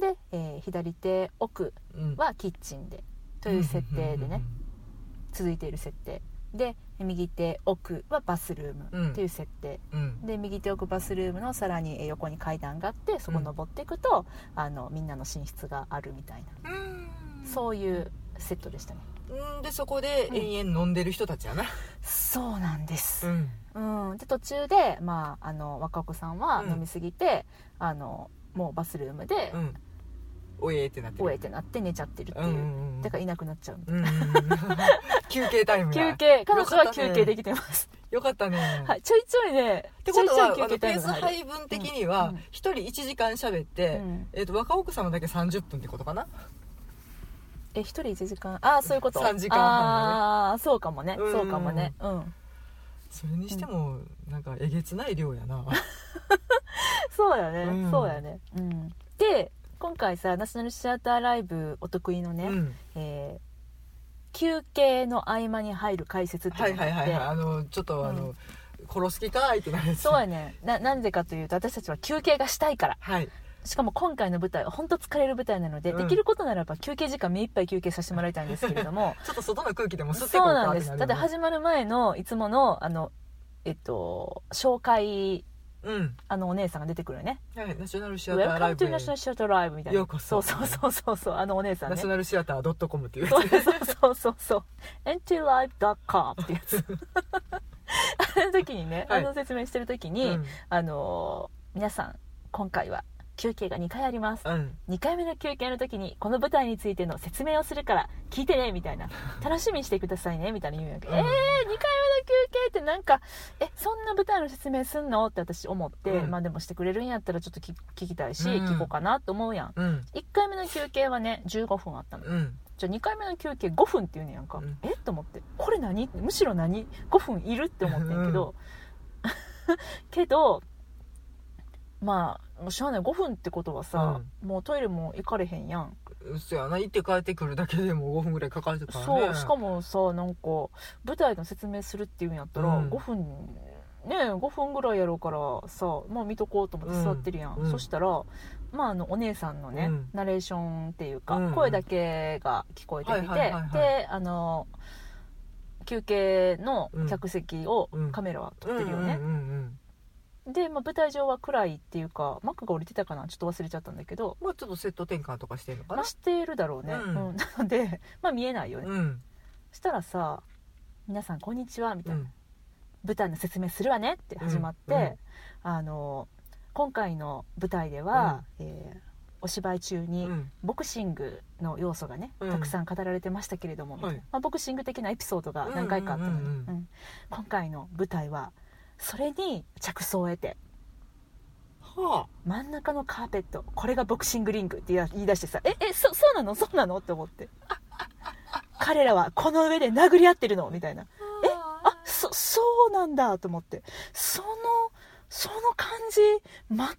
A: で、えー左手奥
B: うんうん
A: はキッチンでという設定でね、続いている設定で右手奥はバスルー
B: うん
A: ムという設定、
B: うんうん
A: で右手奥バスルームのさらにえー横に階段があってそこ登っていくと、あのみんなの寝室があるみたいな、
B: うん
A: そういうセットでしたね
B: うんでそこで
A: うん
B: 延々飲んでる人たちやな、
A: そうなんです、
B: ん、
A: うんで途中で、まあ、あの若子さんは
B: うん
A: 飲みすぎて、あのもうバスルームで
B: うん、おえーってなっ
A: 「
B: て
A: おえ」
B: る
A: ってなって寝ちゃってるっていう、
B: うんうんうん
A: だからいなくなっちゃう
B: うん うんうん休憩タイムや
A: 休憩彼
B: よ
A: 女
B: かったね
A: は休憩できてます、
B: よかったね、
A: はい、ちょいちょいね
B: ってことはあ
A: ちょいちょい休憩
B: のペ
A: タイ
B: ー
A: ム
B: ス
A: が入る、
B: 配分的には
A: うんうん
B: 一人1時間喋って、
A: うん
B: えっと若奥様だけ30分ってことかな
A: え一人1時間ああそういうこと
B: 三時間半のね
A: ああそうかもね、
B: うん
A: そうかもねうん
B: それにしてもなんかえげつない量やな
A: そうだね、
B: うん
A: そうだね、うん、で今回さナショナルシアターライブお得意のね、
B: うん
A: えー休憩の合間に入る解説って
B: はい
A: いうの
B: はい
A: があっ
B: はい
A: て、
B: はいあのちょっとあの、
A: う
B: 殺す気かーいってなるやつ
A: そうやねななんでかというと私たちは休憩がしたいから
B: はい
A: しかも今回の舞台は本当疲れる舞台なので、
B: うん
A: できることならば休憩時間目いっぱい休憩させてもらいたいんですけれども
B: ちょっと外の空気でも吸って
A: そうなんです
B: こう
A: だ
B: か
A: って
B: なる
A: 始
B: よね
A: まる前のいつものあのえっと紹介
B: うん
A: あのお姉さんが出てくるよね
B: はいナショナル
A: 「
B: シアターライ
A: Welcome
B: ブ
A: to
B: へ
A: National Theatre Live」みたいな
B: ようこそ
A: そうそうそうそうあのお姉さん
B: ナ
A: ね
B: ショナルシアター .com っていう
A: そうそうそうそうそう antylife.com ってやつあの時にね、
B: はい
A: あの説明してる時に、
B: うん
A: あのー皆さん今回は休憩が2回あります
B: うん
A: 2回目の休憩の時にこの舞台についての説明をするから聞いてねみたい な楽しみにしてくださいねみたいな言うんやけど、
B: うん
A: えー、2回目の休憩ってなんかえそんな舞台の説明すんのって私思って、
B: うん
A: まあでもしてくれるんやったらちょっと聞聞きたいし、
B: うん
A: 聞こうかなと思うやん
B: うん
A: 1回目の休憩はね15分あったの
B: うん
A: じゃあ2回目の休憩5分って言うねやんか、
B: うん
A: えっと思ってこれ何むしろ何5分いるって思ってんけど、 けどまあもうしゃあない5分ってことはさ、もうトイレも行かれへんやん、
B: うそやな行って帰ってくるだけでも5分ぐらいかかるからね
A: そうしかもさなんか舞台の説明するっていうんやったら、
B: うん
A: 5分ねえ5分ぐらいやろうからさもう見とこうと思って座ってるやん、
B: うんうん
A: そしたらまあ、あのお姉さんのね、
B: うん
A: ナレーションっていうか、
B: うんうん
A: 声だけが聞こえてきて、
B: はいはいはいはい
A: であの休憩の客席を
B: うん
A: カメラは撮ってるよね、
B: うんうんうんうん
A: で、まあ、舞台上は暗いっていうかマックが降りてたかなちょっと忘れちゃったんだけど、
B: まあちょっとセット転換とかしてるのか
A: ま
B: な
A: あ、してるだろうね、
B: うん
A: うんなので、まあ、見えないよね、
B: うん
A: したらさ「皆さんこんにちは」みた
B: う
A: いな、
B: ん
A: 舞台の説明するわね」って始まって、
B: うんうん
A: あの今回の舞台では、えーお芝居中
B: う
A: に
B: ん
A: ボクシングの要素がね、
B: うん
A: たくさん語られてましたけれども、
B: はい
A: まあ、ボクシング的なエピソードが何回かあったのに、
B: うんうんうんうん
A: うん今回の舞台はそれに着想を得て
B: は
A: 真ん中のカーペットこれがボクシングリングって言い出してさ「ええそそうなのそうなの?」って思って彼らはこの上で殴り合ってるのみたいな
B: あ
A: えあそそうなんだと思ってそのその感じ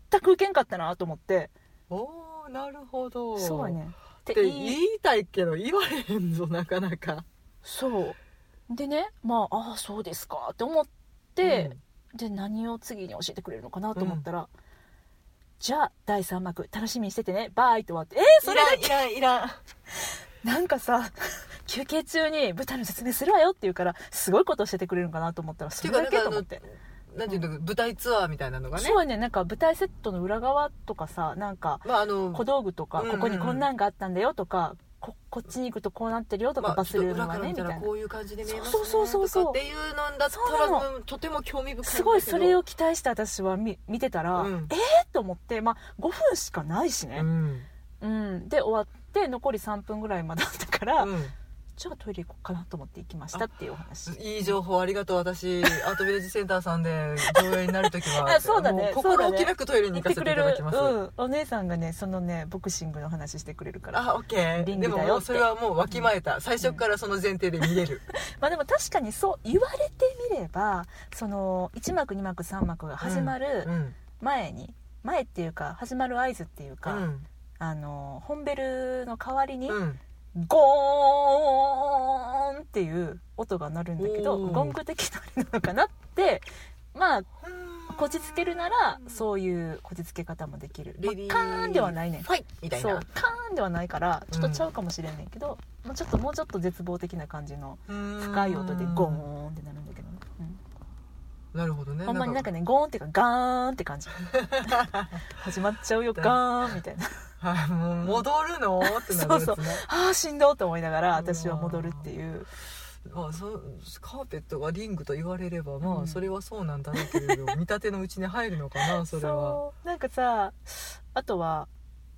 A: 全く受けんかったなと思って
B: おーなるほど
A: そうやねって
B: って
A: 言い
B: 言いたいけど言われへんぞなかなか
A: そうでねまあああそうですかって思って、で何を次に教えてくれるのかなと思ったら、じゃあ第3幕楽しみにしててねバイって終わってえー、それだけ
B: いらんいらんいらん
A: なんかさ休憩中に舞台の説明するわよって言うからすごいこと教えてくれるのかなと思ったらそれだけと思って
B: なんていうの舞台ツアーみたいなのがね
A: そうやねなんか舞台セットの裏側とかさなんか
B: まああの
A: 小道具とか、
B: うんうん
A: ここにこんなんがあったんだよとかここっちに行くとこうなってるよとか、
B: まあ
A: バスルームは
B: ち
A: ね
B: ょっ
A: み
B: と
A: たい
B: 裏
A: な
B: から見たらこういう感じで見えますね
A: そうそうそうそう
B: とかっていうのだっ
A: そう
B: た
A: な
B: らうんとても興味深いんだけど
A: すごいそれを期待して私は見見てたら、
B: うん
A: えっと思って、まあ、5分しかないし
B: う
A: ね、
B: ん
A: うんで終わって残り3分ぐらいまであったから、
B: うん
A: じゃあトイレ行こうかなと思って行きましたっていうお話
B: いい情報ありがとう 私アートビレッジセンターさんで上映になるときは
A: あそうだね
B: も
A: そうだね
B: 心置きなくトイレに
A: 行って
B: 行かせ
A: くれ
B: てい
A: る
B: ただきます、
A: うん、お姉さんがねそのねボクシングの話してくれるから
B: あオッケー
A: 倫
B: で
A: 理だよって
B: ももうそれはもうわきまえた最初からその前提で見れる、
A: まあでも確かにそう言われてみればその1幕2幕3幕が始まる
B: うん
A: 前に、前っていうか始まる合図っていう
B: う
A: か、
B: ん
A: あの本ベルの代わりに、
B: うん
A: ゴーンっていう音が鳴るんだけど
B: おー
A: ゴング的なあれなのかなってまあこじつけるならそういうこじつけ方もできる、まあ
B: レディー
A: カーンではないねん
B: ファイみたい
A: そう
B: な
A: カーンではないからちょっとちゃうかもしれんねんけど、まあちょっともうちょっと絶望的な感じの深
B: 深
A: い音でゴーンってなるんだけど、ねうん
B: なるほどね
A: ほんまになん
B: か
A: かねゴーンっていうかガーンって 感じ始まっちゃうよガーンみたいな
B: はいもう戻るのってなるやつね
A: そうああしんどーと思いながら私は戻るっていう
B: まあ、そカーペットがリングと言われれば
A: う
B: ま
A: ん
B: あそれはそうなんだろうけれど、見立てのうちに入るのかなそれは
A: うなんかさあとは、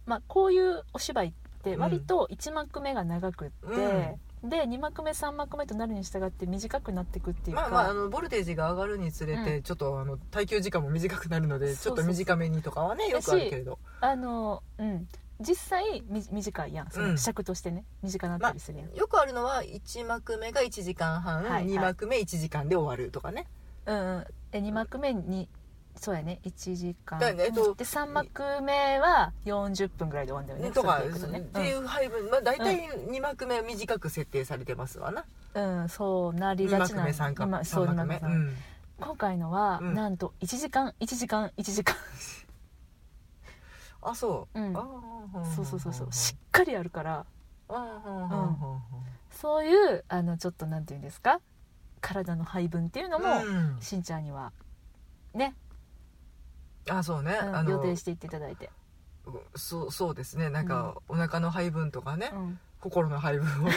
A: まあ、こういうお芝居って
B: うん
A: 割と1幕目が長くって、で2幕目3幕目となるに従って短くなってくっていうか、
B: まあまああのボルテージが上がるにつれて、
A: うん
B: ちょっとあの耐久時間も短くなるのでち
A: そ
B: ょ
A: うそう
B: っと
A: そう
B: 短めにとかはねよくあるけれど
A: あのうん実際み短いやんそうの
B: ん
A: 尺としてね、短なったりするやん、
B: よくあるのは1幕目が1時間
A: は
B: 半、
A: いはい
B: 2幕目1時間で終わるとかね
A: うんうんで2幕目にそうやね1時間、
B: だよねえっと
A: で3幕目は40分ぐらいで終わるんだよね
B: とか
A: そういうことね
B: っていう配分、まあ、大体2幕目は短く設定されてますわな、
A: うん、うんそうなり
B: 二
A: が
B: 幕
A: ちな
B: 目三か
A: 今そう
B: 三幕目
A: 二幕目
B: うん
A: 今回のは、
B: うん
A: なんと1時間1時間1時間
B: あそう、
A: うん
B: あー
A: そうそうそうそうしっかりやるから
B: あー
A: そういうあのちょっとなんていうんですか体の配分っていうのも、
B: うん
A: しんちゃんにはね、
B: あそうね、
A: うん
B: あの
A: 予定していっていただいて、
B: そうそうですねなんかお腹の配分とかね、
A: うん、
B: 心の配分を考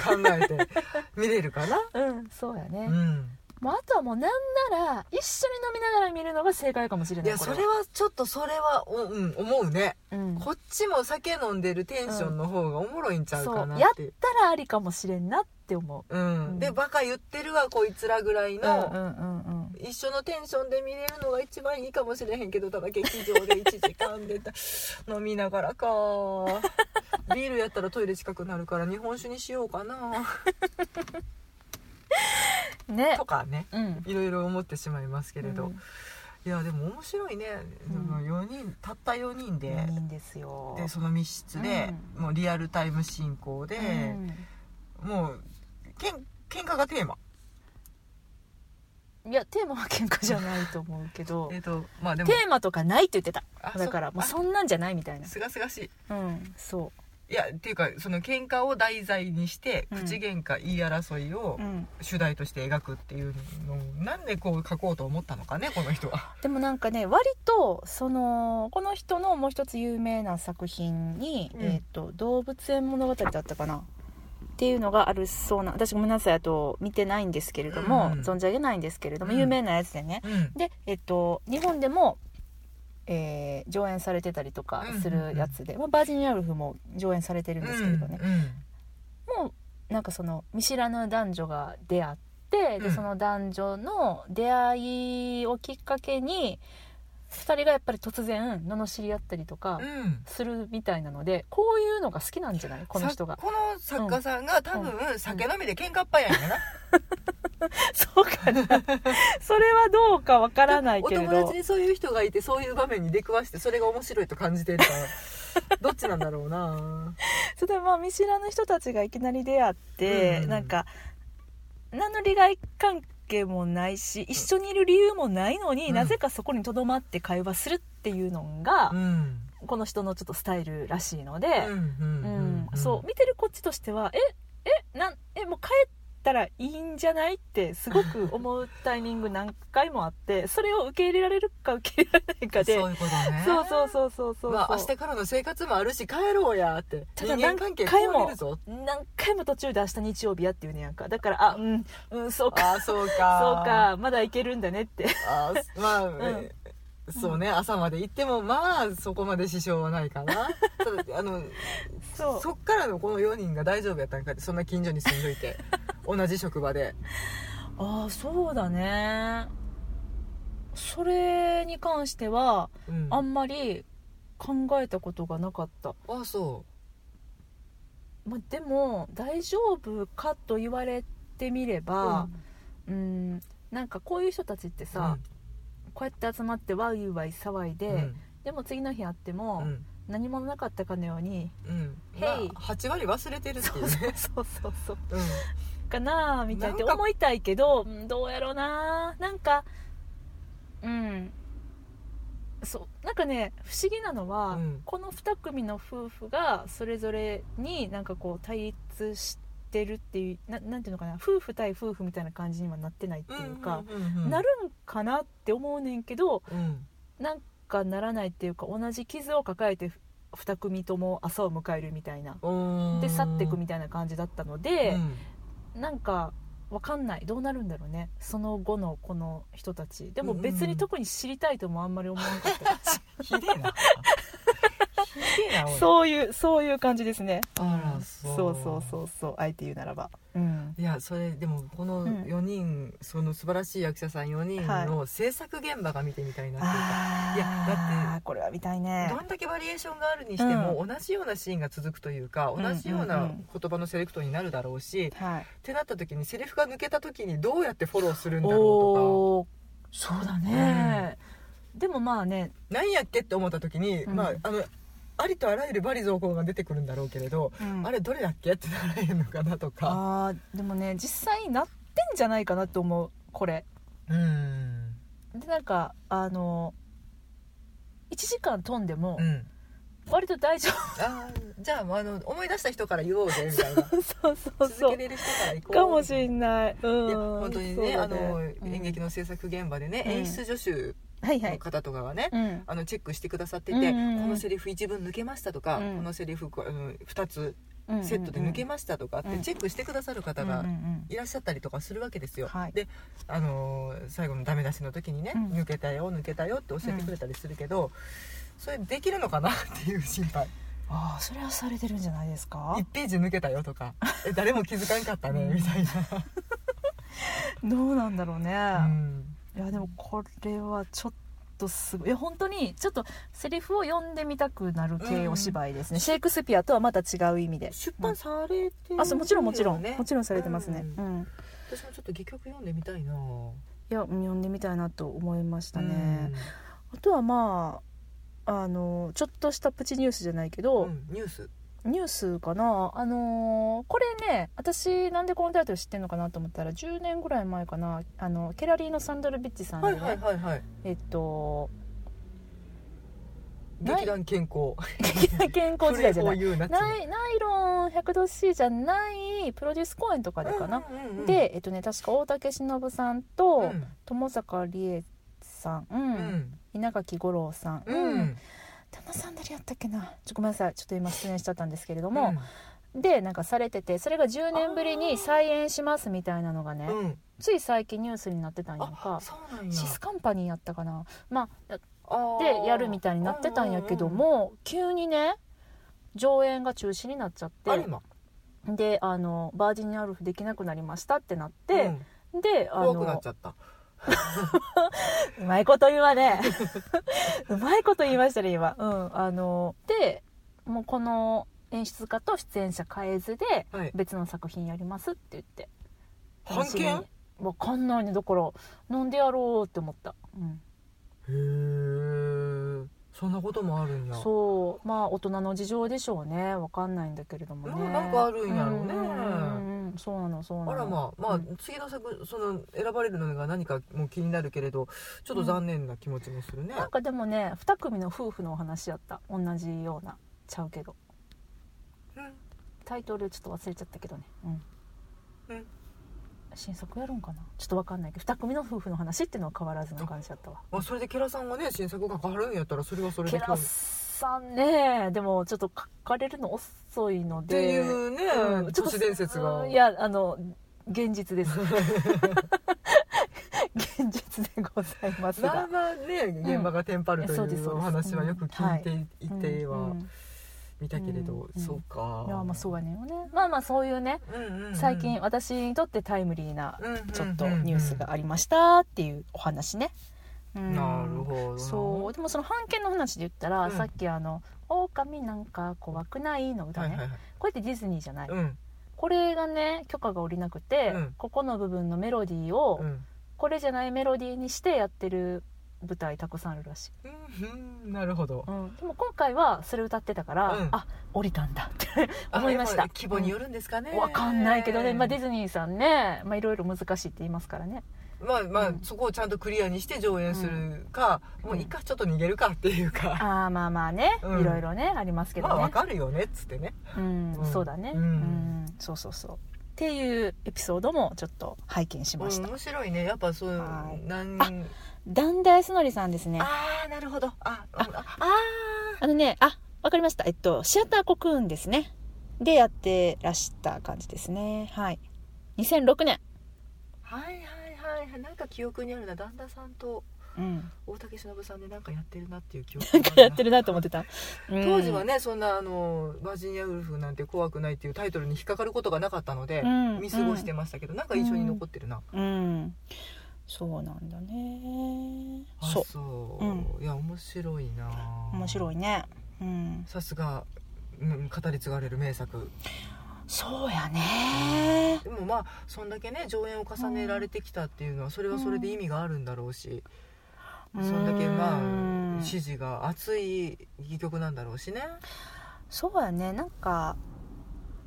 B: えて見れるかな
A: うん、そうやね、
B: うん
A: もうあとはもうなんなら一緒に飲みながら見るのが正解かもしれ
B: い
A: ない
B: や
A: こ
B: それはちょっとそれはお、うん、思うね
A: うん、やっ
B: こっちも酒飲んでるテンションの方がおもろいんちゃうかなっていう
A: たらありかもしれんなって思
B: う
A: うん、
B: ん、でバカ言ってるわこいつらぐらいう
A: うん、うんう
B: の、
A: んうん
B: 一緒のテンションで見れるのが一番いいかもしれへんけどただ劇場で1時間でた 飲みながらか ビールやったらトイレ近くなるから日本酒にしようかな
A: ね
B: とかね
A: うん
B: いろいろ思ってしまいますけれど、
A: うん
B: いやでも面白いね、
A: うん
B: その4人たった4人で、
A: いいんですよ
B: でその密室で、もうリアルタイム進行で、もうけん喧嘩がテーマ
A: うんいやテーマは喧嘩じゃないと思うけど
B: えっ、とまあでも
A: テーマとかないって言ってた
B: あ
A: だから
B: そ
A: もうそんなんじゃないみたいな
B: すがすがしい
A: うんそ
B: いやっていうかその喧嘩を題材にして
A: うん
B: 口喧嘩言い争いを
A: うん、
B: 主題として描くっていうのをなんでこう書こうと思ったのかねこの人は。
A: でもなんかね割とそのこの人のもう一つ有名な作品に「
B: うん
A: えー、と動物園物語」だったかなっていうのがあるそうな私ごめんなさいあと見てないんですけれども、
B: うん
A: 存じ上げないんですけれども、
B: うん
A: 有名なやつでね
B: うん
A: で、えっと日本でも、えー上演されてたりとかするやつで、まあ、バージニアウルフも上演されてるんですけれどね、もうなんかその見知らぬ男女が出会って、
B: う
A: で
B: ん
A: その男女の出会いをきっかけに2人がやっぱり突然罵り合ったりとか
B: うんうん
A: するみたいなのでこういうのが好きなんじゃないこの人が
B: さこの作家さんが多分酒飲みで喧嘩っぱいやんやな、
A: そうかなそれはどうかわからない
B: お
A: けれ
B: 友達
A: ど
B: にそういう人がいてそういう場面に出くわしてそれが面白いと感じてるからどっちなんだろうな
A: それでまあ見知らぬ人たちがいきなり出会って、
B: うん
A: なんか何の利害関係もないし一緒にいる理由もないのに、
B: うん
A: なぜかそこにとどまって会話するっていうのが、
B: ん
A: この人のちょっとスタイルらしいので、
B: うんうん
A: う
B: うんんうん
A: そう見てるこっちとしてはええなんえもう帰ったらいいんじゃないってすごく思うタイミング何回もあってそれを受け入れられるか受け入れられないかで
B: そういうことね
A: そうそうそうそうそうそう、
B: まあ明日からの生活もあるし帰ろうやって
A: ただ
B: 人間関係
A: 何回
B: 壊
A: も
B: れるぞ
A: 何回も途中で明日日曜日やっていうねやんかだからあうんうんそうか
B: ああそうか
A: そうかまだいけるんだねって
B: あーまあ、
A: ん
B: そうね朝まで行ってもまあそこまで支障はない かなただあの
A: そう
B: そっからのこの4人が大丈夫やったんかってそんな近所に住んど いて同じ職場で
A: ああそうだねそれに関しては
B: うん
A: あんまり考えたことがなかった、
B: あそ
A: まあ、でも大丈夫かと言われてみれ
B: う
A: ばうんなんかこういう人たちってさ、こうやって集まってワイワイ騒いで、
B: うんうん
A: でも次の日会って
B: う
A: も
B: ん
A: 何もなかったかのように、
B: うん
A: へい
B: まあ8割忘れてるってい
A: そううそう
B: ね
A: そうそうそう
B: うん
A: かなあみたいなって
B: なんか
A: 思いたいけどうんどうやろうななんかうんそうなんかね不思議なのは、
B: うん
A: この2組の夫婦がそれぞれになんかこう対立してるっていうななんていうのかな夫婦対夫婦みたいな感じにはなってないっていうか、
B: んんうん
A: なるんかなって思うねんけど
B: うん
A: なんかならないっていうか同じ傷を抱えて2組とも朝を迎えるみたいな
B: うん
A: で去っていくみたいな感じだったので。なんかわかんないどうなるんだろうねその後のこの人たちでも別に特に知りたいともあんまり思わなか ったし、
B: うんひでえなひでえなおい
A: そういうそういう感じですね
B: あらそう
A: そうそうそうそうあえて言うならばうん
B: いやそれでもこの
A: うん
B: 4人、その素晴らしい役者さん4人
A: はい
B: の制作現場が見てみたいなっていうか
A: ああ
B: いやだって
A: これは見たいね
B: どんだけバリエーションがあるにしても、同じようなシーンが続くというか
A: ん
B: 同じよう
A: うんう
B: なん言葉のセレクトになるだろうし、っ
A: はい
B: てなった時にセリフが抜けた時にどうやってフォローするんだろ
A: おーそうだね、でもまあね
B: うとか何やっけって思った時に、
A: うん
B: まああのありとあらゆるバリ雑言が出てくるんだろうけれど、あ
A: あ
B: れどれだっけってならへんのかなとか。
A: あーでもね実際なってんじゃないかなと思うこれ
B: うん
A: でなんかあの1時間飛んでも
B: うん
A: 割と大丈夫
B: あーじゃああの思い出した人から言おうぜみたいな
A: そうそうそ
B: 続
A: う
B: け。れる人から行こう
A: かもしんない。うん。
B: いや本当にね
A: そう
B: あ
A: だ
B: の
A: うん
B: 演劇の制作現場でね、
A: うん
B: 演出助
A: はい
B: 手
A: は
B: の
A: い。
B: 方とかがね、
A: うん。
B: あのチェックしてくださって
A: うんう
B: て、
A: んうん
B: このセリフ一文抜けましたとか、
A: うん
B: このセリフこううん2つ
A: うん
B: セットで抜けましたとかっ
A: うんう
B: て
A: ん
B: チェックしてくださる方
A: う
B: が
A: んうん
B: いらっしゃったりとかするわけですよ、
A: はい
B: で、あのー最後のダメ出しの時にね、
A: うん
B: 抜けたよ抜けたよって教えてくれたりするけど、それできるのかなっていう心配
A: ああ、それはされてるんじゃないですか
B: 1。ページ抜けたよとかえ誰も気づかんかったねみたい
A: どうなんだろうね。
B: な、うん
A: いやでもこれはちょっとすごい。いや本当にちょっとセリフを読んでみたくなる系お芝居ですね。シェイクスピアとはまた違う意味で。
B: 出版されてるよね、
A: あ、そうもちろんもちろん、もちろんされてますね。
B: うん
A: うん。
B: 私もちょっと戯曲読んでみたいない
A: や読んでみたいなと思いましたね。
B: うん
A: あとはまああのちょっとしたプチニュースじゃないけど、
B: うんニュース
A: ニュースかなあのーこれね私なんでこのタイトル知ってんのかなと思ったら10年ぐらい前かなあのケラリーのサンドルビッチさんで
B: はい
A: ね、
B: はいはいはい
A: えっとない
B: 劇団健康
A: 健康時代じゃない
B: 古い方言うなっちゃう
A: ナイナイロン 100°C じゃないプロデュース公演とかでかな、
B: うんうんうんうん、
A: で、えっとね、確か大竹しのぶさんと、
B: うん
A: 友坂理恵さん、うん
B: うん
A: 稲垣吾郎さん、
B: うんうん
A: 旦那さん誰やったっけなちょごめんなさいちょっと今出演しちゃったんですけれども、でなんかされててそれが10年ぶりに再演しますみたいなのがね、
B: うんうん
A: つい最近ニュースになってたんやん
B: あ
A: か
B: そうなんや
A: シスカンパニーやったかなまあ
B: あー
A: でやるみたいになってたんやけども、急にね上演が中止になっちゃっ
B: うんうんうん有
A: て
B: 馬
A: であのバージニアルフできなくなりましたってなって、で
B: う
A: あ
B: ん怖くなっ
A: の
B: ちゃった
A: うまいこと言わね うまいこと言いましたね今うんあのでもうこの演出家と出演者変えずで
B: はい
A: 別の作品やりますって言って
B: 判
A: 話に
B: 件
A: わかんないねだからなんでやろうって思った、うん、
B: へえそんなこともあるんや
A: そうまあ大人の事情でしょうねわかんないんだけれどもね
B: うんなんかあるんやろうね
A: んうんうんそうなのそうなの
B: あらまあまあ、
A: うん
B: 次の作その選ばれるのが何かもう気になるけれどちょっと残念な気持ちもするね、
A: なんかでもね2組の夫婦のお話やった同じようなちゃうけど
B: うん
A: タイトルちょっと忘れちゃったけどねうん
B: うん
A: 新作やるんかなちょっとわかんないけど2組の夫婦の話っていうのは変わらずの感じだったわ
B: まあ、それでケラさんがね新作が変わるんやったらそれはそれ
A: ケ
B: で
A: ラ
B: っ
A: さんねでもちょっと書かれるの遅いので
B: ていうね、
A: うん
B: 都市伝説が
A: いやあの現実 です現実でございます
B: まあ
A: が
B: まあね現場がテンパるとい
A: そうですそう
B: う
A: です
B: お話はよく聞いていて
A: うんう
B: は
A: ん
B: 見たけれど、
A: うん
B: そうか
A: いやまあそうやねんよねまあまあそういうね
B: うんうんうん
A: 最近私にとってタイムリーな
B: うんうんうん
A: ちょっとニュースがありましたっていうお話ね、うん
B: なるほどな
A: そうでもその判件の話で言ったら、
B: うん
A: さっきあの「狼なんか怖くない」の歌
B: は
A: ね、
B: いはいはい
A: これってディズニーじゃない、
B: うん
A: これがね許可が下りなくて、
B: うん
A: ここの部分のメロディーを、
B: うん
A: これじゃないメロディーにしてやってる舞台たくさんあるらしい、
B: うんうんなるほど
A: うん、でも今回はそれ歌ってたから、
B: うん
A: あ降りたんだって思いました
B: あやっぱり規模によるんですかね、
A: わかんないけどね、まあ、ディズニーさんねまあいろいろ難しいって言いますからね
B: まあまあ、
A: うん
B: そこをちゃんとクリアにして上演するか、もういいかちょっと逃げるかっていうか、
A: ああまあまあね、
B: うん
A: いろいろねありますけど
B: ま
A: ね、
B: あわかるよねっつってね
A: うん、
B: うん
A: そうだね、う
B: うんん
A: そうそうそうっていうエピソードもちょっと拝見しました、
B: 面白いねやっぱそういう
A: はい
B: なん
A: あダンダイスノリさんですねあ
B: ああなるほどあああ
A: のねあわかりましたえっとシアターコクーンですねでやってらした感じですねはい2006年
B: はいはいはいなんか記憶にあるな旦那さんと
A: うん
B: 大竹しのぶさんでなんかやってるなっていう記憶
A: なんかやって
B: る
A: るなと思ってた、うん
B: 当時はねそんなあの「バージニアウルフ」なんて怖くないっていうタイトルに引っかかることがなかったので、
A: うん
B: 見過ごしてましたけど、なんか印象に残ってるな、
A: うんそうなんだね
B: あ
A: そう
B: そう、いや面白いな
A: 面白いねうん
B: さすがうん語り継がれる名作
A: そうやね
B: でもまあそんだけね上演を重ねられてきたっていうのはそれはそれで意味があるんだろうし、そんだけま
A: うん
B: あ支持が熱い戯曲なんだろうしね
A: そうやねなんか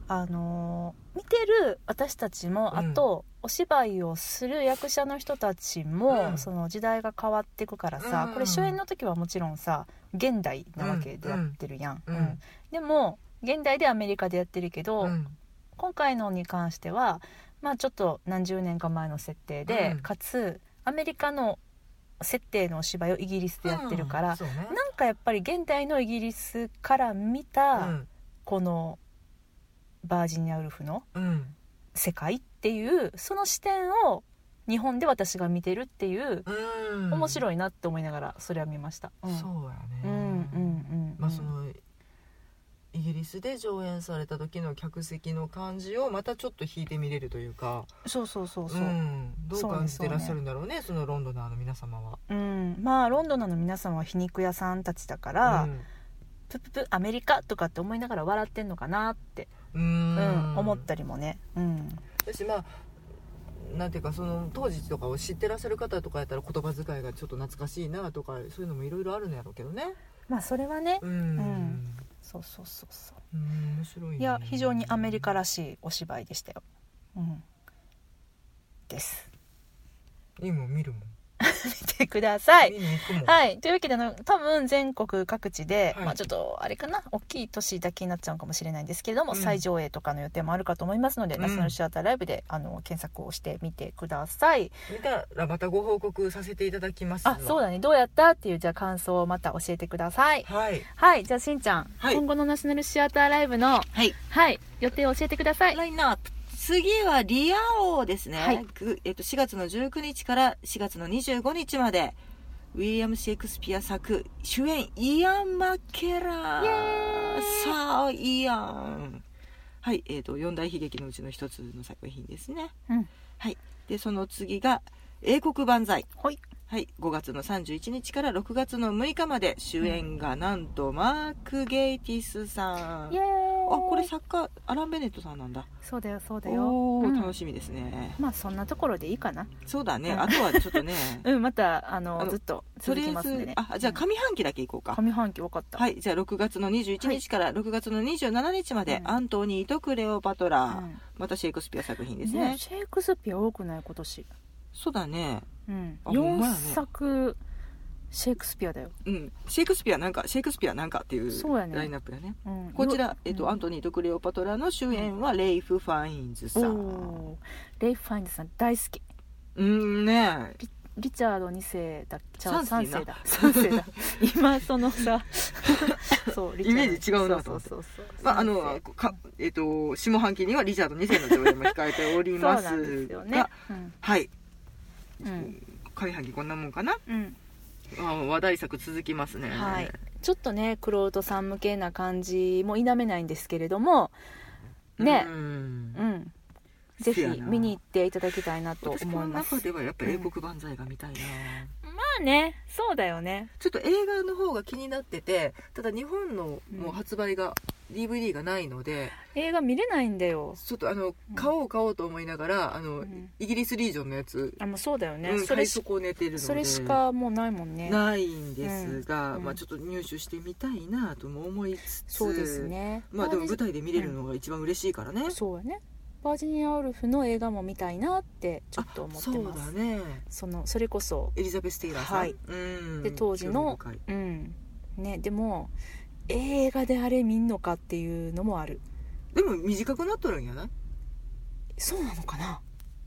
A: あのー見てる私たちも、
B: うん
A: あとお芝居をする役者の人たちも、
B: うん
A: その時代が変わっていくからさ、
B: うん
A: これ初演の時はもちろんさ現代なわけでやってるやん、
B: うん
A: うんでも現代でアメリカでやってるけど、
B: うん
A: 今回のに関してはまあちょっと何十年か前の設定で、
B: うん
A: かつアメリカの設定のお芝居をイギリスでやってるから、
B: うんそうね
A: なんかやっぱり現代のイギリスから見た、このバージニア・ウルフの
B: うんうん
A: 世界っていうその視点を日本で私が見てるっていう、
B: うん
A: 面
B: い、
A: 白いなって思いながらそれは見ました、うん、
B: そうやね
A: うんうんうんうん
B: まあそのイギリスで上演された時の客席の感じをまたちょっと引いてみれるというか
A: そうそうそうそうう、うん
B: ん、どう感じてらっしゃるんだろうねそのロンドナーの皆様は。
A: まあロンドンの皆さんは皮肉屋さんたちだから、
B: うん
A: プププアメリカとかって思いながら笑ってんのかなって、
B: う
A: うん
B: ん
A: 思ったりもね、うん、
B: 私まあなんていうかその当時とかを知ってらっしゃる方とかやったら言葉遣いがちょっと懐かしいなとかそういうのもいろいろあるんやろうけどね
A: まあそれはね、
B: うん、
A: んそうそうそうそう
B: うん面白い、ね、
A: いや非常にアメリカらしいお芝居でしたよ、うん、です
B: 今見るもん
A: 見てください。
C: 見に行くもん
A: はい。というわけで、あの、多分全国各地で、
C: はい
A: まあちょっと、あれかな、大きい都市だけになっちゃうかもしれないんですけれども、
C: うん
A: 再上映とかの予定もあるかと思いますので、
C: うん
A: ナショナルシアターライブで、あの、検索をしてみてください。
C: 見たらまたご報告させていただきます
A: あ、そう
C: だ
A: だね。どうやったっていう、じゃあ感想をまた教えてください。
C: はい
A: はい。じゃあ、しんちゃん、
C: はい
A: 今後のナショナルシアターライブの、
B: はい。
A: はい、予定を教えてください。
B: ラインナップ。次はリア王ですね。
A: はい
B: ぐえっと、4月の19日から4月の25日まで、ウィリアム・シェイクスピア作、主演、イアン・マケラー。
A: イエーイ
B: さあ、イアン。はい、えっ、と、四大悲劇のうちの一つの作品ですね。
A: うん
B: はい。で、その次が、英国万歳。
A: はい。
B: はい、5月の31日から6月の6日まで、主演がなんと、マーク・ゲイティスさん。
A: イエーイ。
B: あこれ作家アラン・ベネットさんなんだ
A: そうだよ、そうだよ。
B: おお、
A: うん
B: 楽しみですね
A: まあ、そんなところでいいかな。
B: そうだね
A: うん
B: あとはちょっとね
A: うん、また、あの、
B: あの
A: ずっと
B: と
A: 続
B: り
A: き
B: あえ
A: ますんで
B: ず
A: ね。
B: あじゃあ上半期だけいこうか、
A: 上半期分かった。
B: はいじゃあ6月の21日から6月の27日まで、
A: うん
B: アントニーとクレオパトラ、
A: うん
B: またシェイクスピア作品ですね
A: ね、シェイクスピア多くない今年、
B: そうだね
A: うん、
B: あほんまやね
A: 4作シェイクスピアだよ、
B: うんシェイクスピアなんかシェイクスピアなんかっていう
A: そうやね
B: ラインナップだね
A: うん、
B: こちら、えっと、アン
A: ト
B: トニーとクレオパトラの主演はレイフ・ファインズさん
A: レイ・ファインズさん大好き
B: うんね
A: リチャード2世だちゃう
B: 三
A: 3
B: 世な
A: 世だ3世 だ今そのさそうリチャ
B: イメージ違うな
A: そ
B: と思っ
A: う
B: て
A: そうそうそう
B: まあ、あ
A: 三
B: の
A: 世
B: か、えっと下半期にはリチャード2世の上映も控えており
A: そう
B: ま
A: なん
B: す
A: ですよね
B: が、はい、
A: うんうん
B: 上半期こんなもんかな
A: うん、
B: あ話題作続きますね
A: はいちょっとねクロートさん向けな感じも否めないんですけれどもね
B: うん
A: うん、ぜひ
B: せやな
A: 見に行っていただきたいなと
B: 私こ
A: 思い
B: の
A: ます
B: 中ではやっぱ英国万歳が見たいな、
A: まあねそうだよね
B: ちょっと映画の方が気になっててただ日本のもう発売が、DVD がないので
A: 映画見れないんだよ、
B: ちょっとあの
A: ん
B: 買おう買おうと思いながらあの、
A: うん
B: イギリスリージョンのやつ、
A: あもうそうだよね、
B: うん、
A: そ
B: 買
A: れ
B: い
A: し
B: 損ねてるので
A: それしかもうないもんね
B: ないんですが、
A: うん
B: まあ、ちょっと入手してみたいなとも思いつつ
A: そうですね
B: まあでも舞
A: バージ
B: 台で見れるのが一番嬉しいからね、
A: そうやねバージニア・ウルフの映画も見たいなってちょっと思ってます
B: あ
A: そ
B: そうだね
A: のそれこそ
B: エリザベス・テイラーさん、
A: はい
B: うん
A: で当時の
B: 興味深い
A: うんねでも映画であれ見んのかっていうのもある
B: でも短くなっとるんやな
A: そうなのかな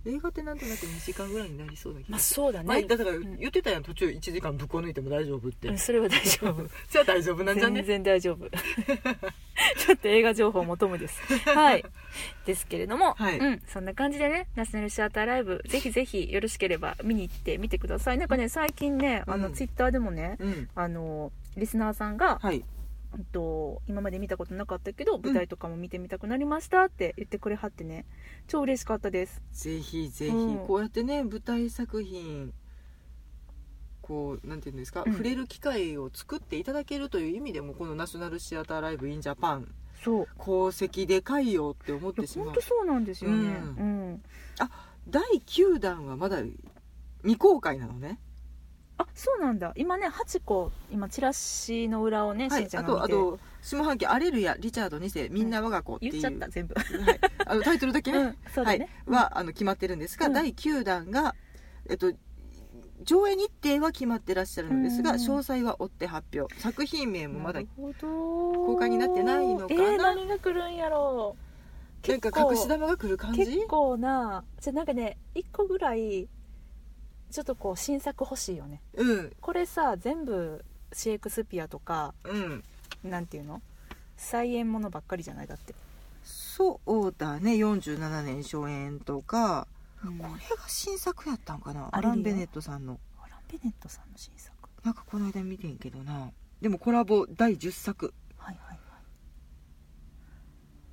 B: 映画ってなんとなく2時間ぐらいになりそうだけど、
A: まあそうだ
B: 前
A: ね、
B: だから
A: ん
B: 言ってたやん途中1時間ぶっこ抜いても大丈夫って、
A: うんそれは大丈夫
B: じゃあ大丈夫なんじゃ
A: 全
B: ね
A: 然大丈夫 ちょっと映画情報もトムですはいですけれども、
B: はい
A: うん、そんな感じでねナショナルシアターライブぜひぜひよろしければ見に行ってみてくださいなんかね最近ねあの、
B: うん
A: ツイッターでもね
B: うん
A: あのリスナーさんが、
B: はい
A: うんと今まで見たことなかったけど舞台とかも見てみたくなりましたって言ってくれはってね超嬉しかったです
B: ぜひぜひ、
A: うん
B: こうやってね舞台作品こうなんていうんですか、
A: うん
B: 触れる機会を作っていただけるという意味でもこのナショナルシアターライブインジャパン
A: そう
B: 功績でかいよって思っ
A: い
B: て
A: や
B: しま
A: 本
B: う
A: 当そうなんですよね
B: う
A: うん、
B: 第9弾はまだ未公開なのね
A: あそうなんだ今ね8個今チラシの裏をね、
B: は
A: し
B: い
A: んちゃ
B: あ
A: んが見
B: と
A: て
B: あと下半期「アレルヤリチャード2世みんな我が子」っていう、
A: 言っちゃった全部
B: はい、あのタイトルだけ ね、
A: うんそうだね、
B: はい、はあの決まってるんですが、
A: うん
B: 第9弾が、えっと、上映日程は決まってらっしゃるのですが、
A: うん
B: 詳細は追って発表作品名もまだ
A: なるほど
B: 公開になってないのかな
A: えー、何が来るんやろう
B: なんか隠し玉が来る感じ
A: 結構なじゃあなんかね1個ぐらいちょっとこう新作欲しいよね
B: うん
A: これさ全部シェイクスピアとか
B: うん
A: なんていうの再演ものばっかりじゃないだって、
B: そうだね47年初演とか
A: うん
B: これが新作やったんかな
A: ア
B: ア
A: レルヤ
B: ラン・ベネットさんの
A: アラン・ベネットさんの新作
B: なんかこの間見てんけどなでもコラボ第10作
A: はいはいはい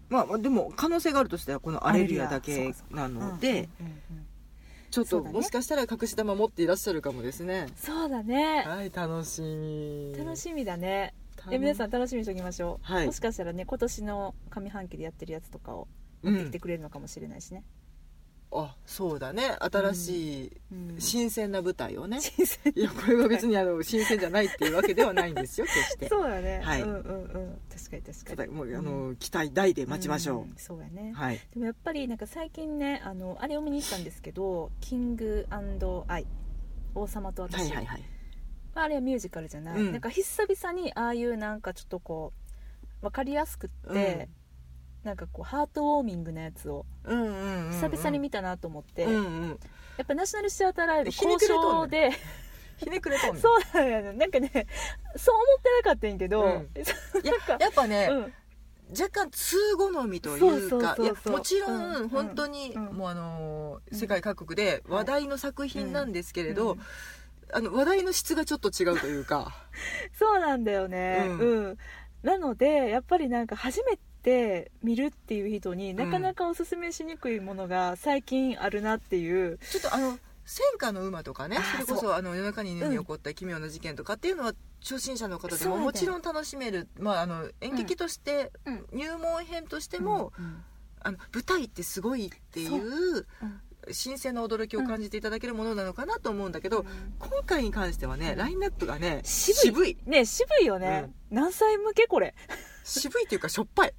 B: まあまあでも可能性があるとしたらこの「アレルヤ」だけなので、
A: うんうんうん
B: ちょっ
A: そう
B: と
A: だね
B: もしかしたら隠し玉持っていらっしゃるかもですね
A: そうだね
B: はい楽しみ
A: 楽しみだね
B: み
A: え皆さん楽しみにしておきましょう、
B: はい
A: もしかしたらね今年の上半期でやってるやつとかを
B: う
A: でき
B: ん
A: て、くれるのかもしれないしね、
B: あそうだね新しい、
A: うん
B: 新鮮な舞台をね
A: 新鮮
B: いやこれは別にあの新鮮じゃないっていうわけではない んですよ決し て
A: そうだね、
B: はい
A: うんうんうん確かに確か
B: た
A: に
B: だもうあの期待大で待ちましょ
A: んそうや
B: う、
A: ね、
B: はい
A: でもやっぱりなんか最近ねあのあれを見に行ったんですけど「キングアイ」王様と私、
D: はいはいはい
A: まあ、あれはミュージカルじゃない、
D: うん
A: なんか久々にああいうなんかちょっとこう分かりやすくって、なんかこうハートウォーミングなやつを
D: うんうんうんうん
A: 久々に見たなと思って、
D: うん
A: や
D: うん
A: っぱナショナルシアターライブ
B: ひね
A: 交
B: くれとん
A: 渉で、
B: ねひねくれとんね
A: そうなんやねなんかねそう思って なかったんやけど、
B: う
A: うんん、
B: いややっぱね、
A: うん
B: 若干通好みというか
A: そうそうそうそう
B: いやもちろ
A: うん
B: ん
A: うん
B: 本当に、
A: うん
B: もうあのー
A: うん
B: 世界各国で話題の作品なんですけれど、
A: うん
B: あの話題の質がちょっと違うというか
A: そうなんだよね、
B: うん
A: うんなのでやっぱりなんか初めて見るっていう人になかなかおすすめしにくいものが最近あるなっていう、
B: ちょっとあの戦火の馬とかね
A: あー
B: それこそ
A: そ
B: あの夜中に犬に起こった奇妙な事件とかっていうのは初心者の方で
A: そう
B: も
A: だよ
B: もちろん楽しめる、まあ、あの演劇として、
A: うん
B: 入門編として
A: で
B: も、、あの舞台ってすごいっていう
A: うん
B: 新鮮な驚きを感じていただけるものなのかなと思うんだけ
A: う
B: ど、
A: ん
B: 今回に関してはね、
A: うん
B: ラインナップがね
A: 渋い
B: 渋い
A: ね渋いよね、何歳向けこれ
B: 渋いっていうかしょっぱい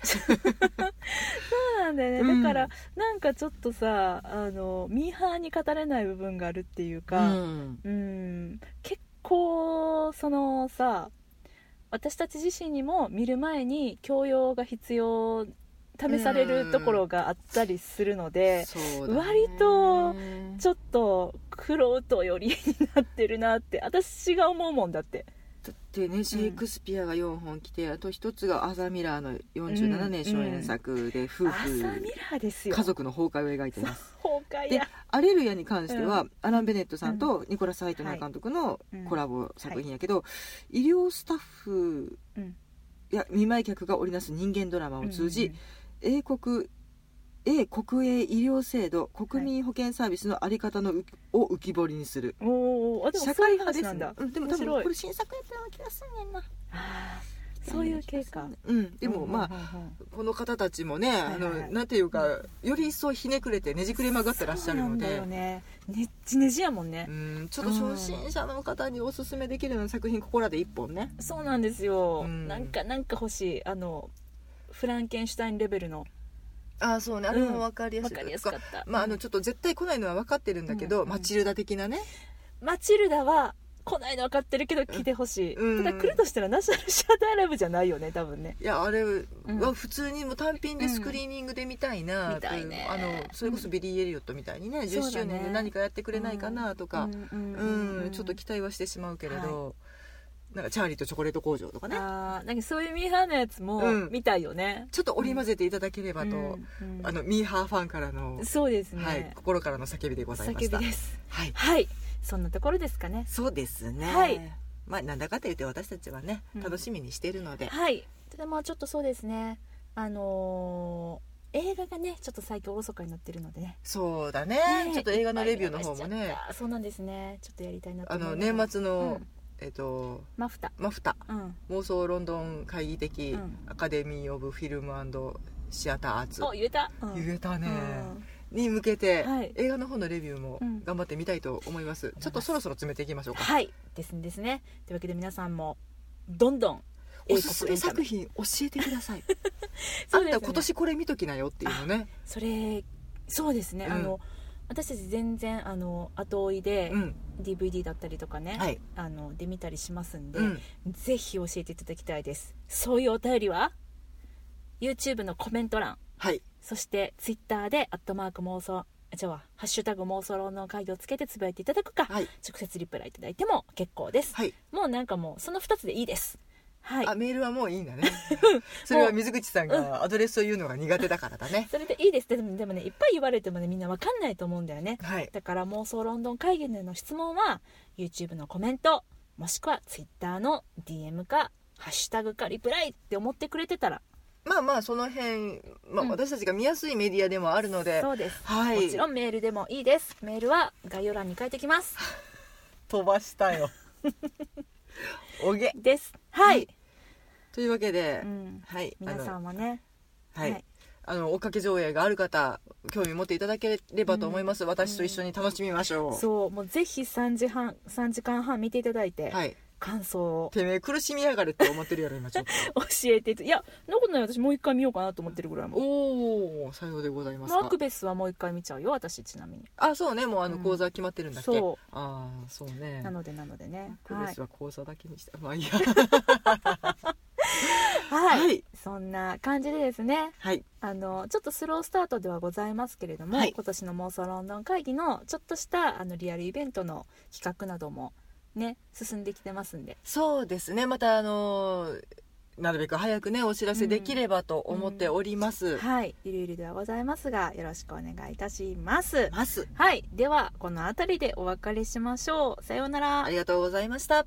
A: そうなんだよね、
B: うん
A: だからなんかちょっとさあのミーハーに語れない部分があるっていう
B: う
A: か、
B: ん
A: うん結構そのさ私たち自身にも見る前に教養が必要試されるところがあったりするので、
B: そうだね
A: 割とちょっとクロウトよりになってるなって私が思うもんだって
D: だってねシェイクスピアが4本来てあと一つがアザ・ミラーの47年初演作で夫婦、
A: 朝ミラーですよ
D: 家族の崩壊を描いてます
A: 崩壊
D: で
A: や
D: 「アレルヤ」に関しては、
A: う
D: アラン・ベネットさんとニコラス・ハイトナー監督のコラボ作品やけど、医療スタッフ
A: うん
D: や見舞い客が織りなす人間ドラマを通じ、英国英国営医療制度国民保険サービスの在り方のうを浮き彫りにする、
A: うんおーあでも
D: 社
A: そうい
D: 会
A: う
D: 派で
A: 話な
D: す
A: ん
D: ね
A: だ
D: うんでも多
A: 面白
D: 分
A: い
D: これ新作やったような気がすんねんな
A: あーそういう系か
D: うんでもまあ、
A: あ
B: この方たちもね、
A: いはいはい
B: あのなんていうかより一層ひねくれてねじくれ曲がってらっしゃるの
A: そう
B: で
A: なんだよねねっちねちやもんね
B: うんちょっと初心者の方におすすめできるような作品ここらで1本ね
A: そうなんですよ、
B: うん
A: なんかなんか欲しいあのフランケンシュタインレベルの
B: ああそうね
A: あれも
B: 分かり
A: 分かりやすかった
B: まあ、あのちょっと絶対来ないのは分かってるんだけど、
A: うん
B: マチルダ的なね
A: マチルダは来ないの分かってるけど来てほしい、
B: うん
A: ただ来るとしたらナショナルシアターライブじゃないよね多分ね
B: いやあれ
A: う
B: は
A: ん
B: 普通にもう単品でスクリーニングで見たいな、
A: うん見たいね
B: あのそれこそビリー・エリオットみたいにね、
A: そ
B: 10
A: うだ
B: 周
A: ね
B: 年で何かやってくれないかなとか、
A: うん
B: うんちょっと期待はしてしまうけれど、なんかチャーリーとチョコレート工場とかね
A: あーなんかそういうミーハーのやつも
B: うん
A: 見たいよね、
B: ちょっと織り交ぜていただければと、
A: うんうん
B: あのミーハーファンからの、
A: そうですね、
B: はい、心からの叫びでございまし
A: 叫
B: た
A: びです
B: はい、
A: はいそんなところですかね
B: そうですね、
A: はい
B: まあ、なんだかと言って私たちはね
A: うん
B: 楽しみにしているので、
A: はいただまあちょっとそうですねあのー映画がねちょっと最近おろそかになってるのでね
B: そうだね
A: ね
B: ちょっと映画のレビューの方
A: い
B: も
A: っぱい見
B: ね
A: ましちゃったそうなんですねちょっとやりたいなと
B: あ
A: 思い
B: の
A: ます
B: 年末の、
A: うん
B: えっと
A: マフタ
B: マフタ
A: うん
B: 妄想ロンドン会議的
A: うん
B: アカデミー・オブ・フィルム・シアター・アーツ
A: お言えた、うん
B: 言えたね、
A: うん
B: に向けて、
A: はい
B: 映画の方のレビューも
A: うん
B: 頑張ってみたいと思います、ちょっとそろそろ詰めていきましょうか、
A: はいですねですねというわけで皆さんもどんどん
B: おすすめ作品教えてく ださいあんた今年これ見ときなよっていうのね
A: それそうですね、
B: うん
A: あの私たち全然あの後追いで
B: うん、
A: DVD だったりとかね、
B: はい、
A: あので見たりしますんで、
B: うん、
A: ぜひ教えていただきたいですそういうお便りは YouTube のコメント欄
B: はい
A: そして Twitter で「アットマーク妄想」あじゃあ「ハッシュタグ妄想論の会議」をつけてつぶやいていただくか、
B: はい
A: 直接リプライいただいても結構です、
B: はい、
A: もうなんかもうその2つでいいですはい
B: あメールはもういいん だねそれは水口さんがアドレスを言うのが苦手だからだね
A: それでいいですでもでもねいっぱい言われてもねみんなわかんないと思うんだよね
B: はい
A: だから妄想ロンドン会議での質問は YouTube のコメントもしくは Twitter の DM かハッシュタグかリプライって思ってくれてたら
B: まあまあその辺、まあ、
A: うん
B: 私たちが見やすいメディアでもあるので、
A: そうです
B: はい
A: もちろんメールでもいいですメールは概要欄に書いてきます
B: 飛ばしたよ おげ
A: ですはい、
B: というわけで、
A: うん、
B: はいあ
A: 皆
B: の
A: さんはね
B: はい、
A: はい
B: あの追っかけ上映がある方興味持っていただければと思います、私と一緒に楽しみましょう、
A: そうもうぜひ3時半3時間半見ていただいて、
B: はい
A: 感想を
B: てめえ苦しみやがるって思ってるやろ今ちょっと
A: 教えていたいやそんなことない私もう一回見ようかなと思ってるぐらいもん
B: おおさようでございます
A: マー
B: か
A: クベスはもう一回見ちゃうよ私ちなみに
B: あそうねもうあの
A: うん
B: 講座決まってるんだっけ、
A: そ
B: ああそうね
A: うなのでなのでね
B: クレ
A: はい
B: ス、は講座だけにした、まあいいや
A: はい
D: はい
A: そんな感じでですね
D: はい
A: あのちょっとスロースタートではございますけれども、
D: はい
A: 今年の妄想ロンドン会議のちょっとしたあのリアルイベントの企画などもね進んできてますんで
B: そうですねまたあのーなるべく早くねお知らせできればと思っております、
A: はいゆるゆるではございますがよろしくお願いいたします
D: ます
A: はいではこの辺りでお別れしましょうさようなら
B: ありがとうございました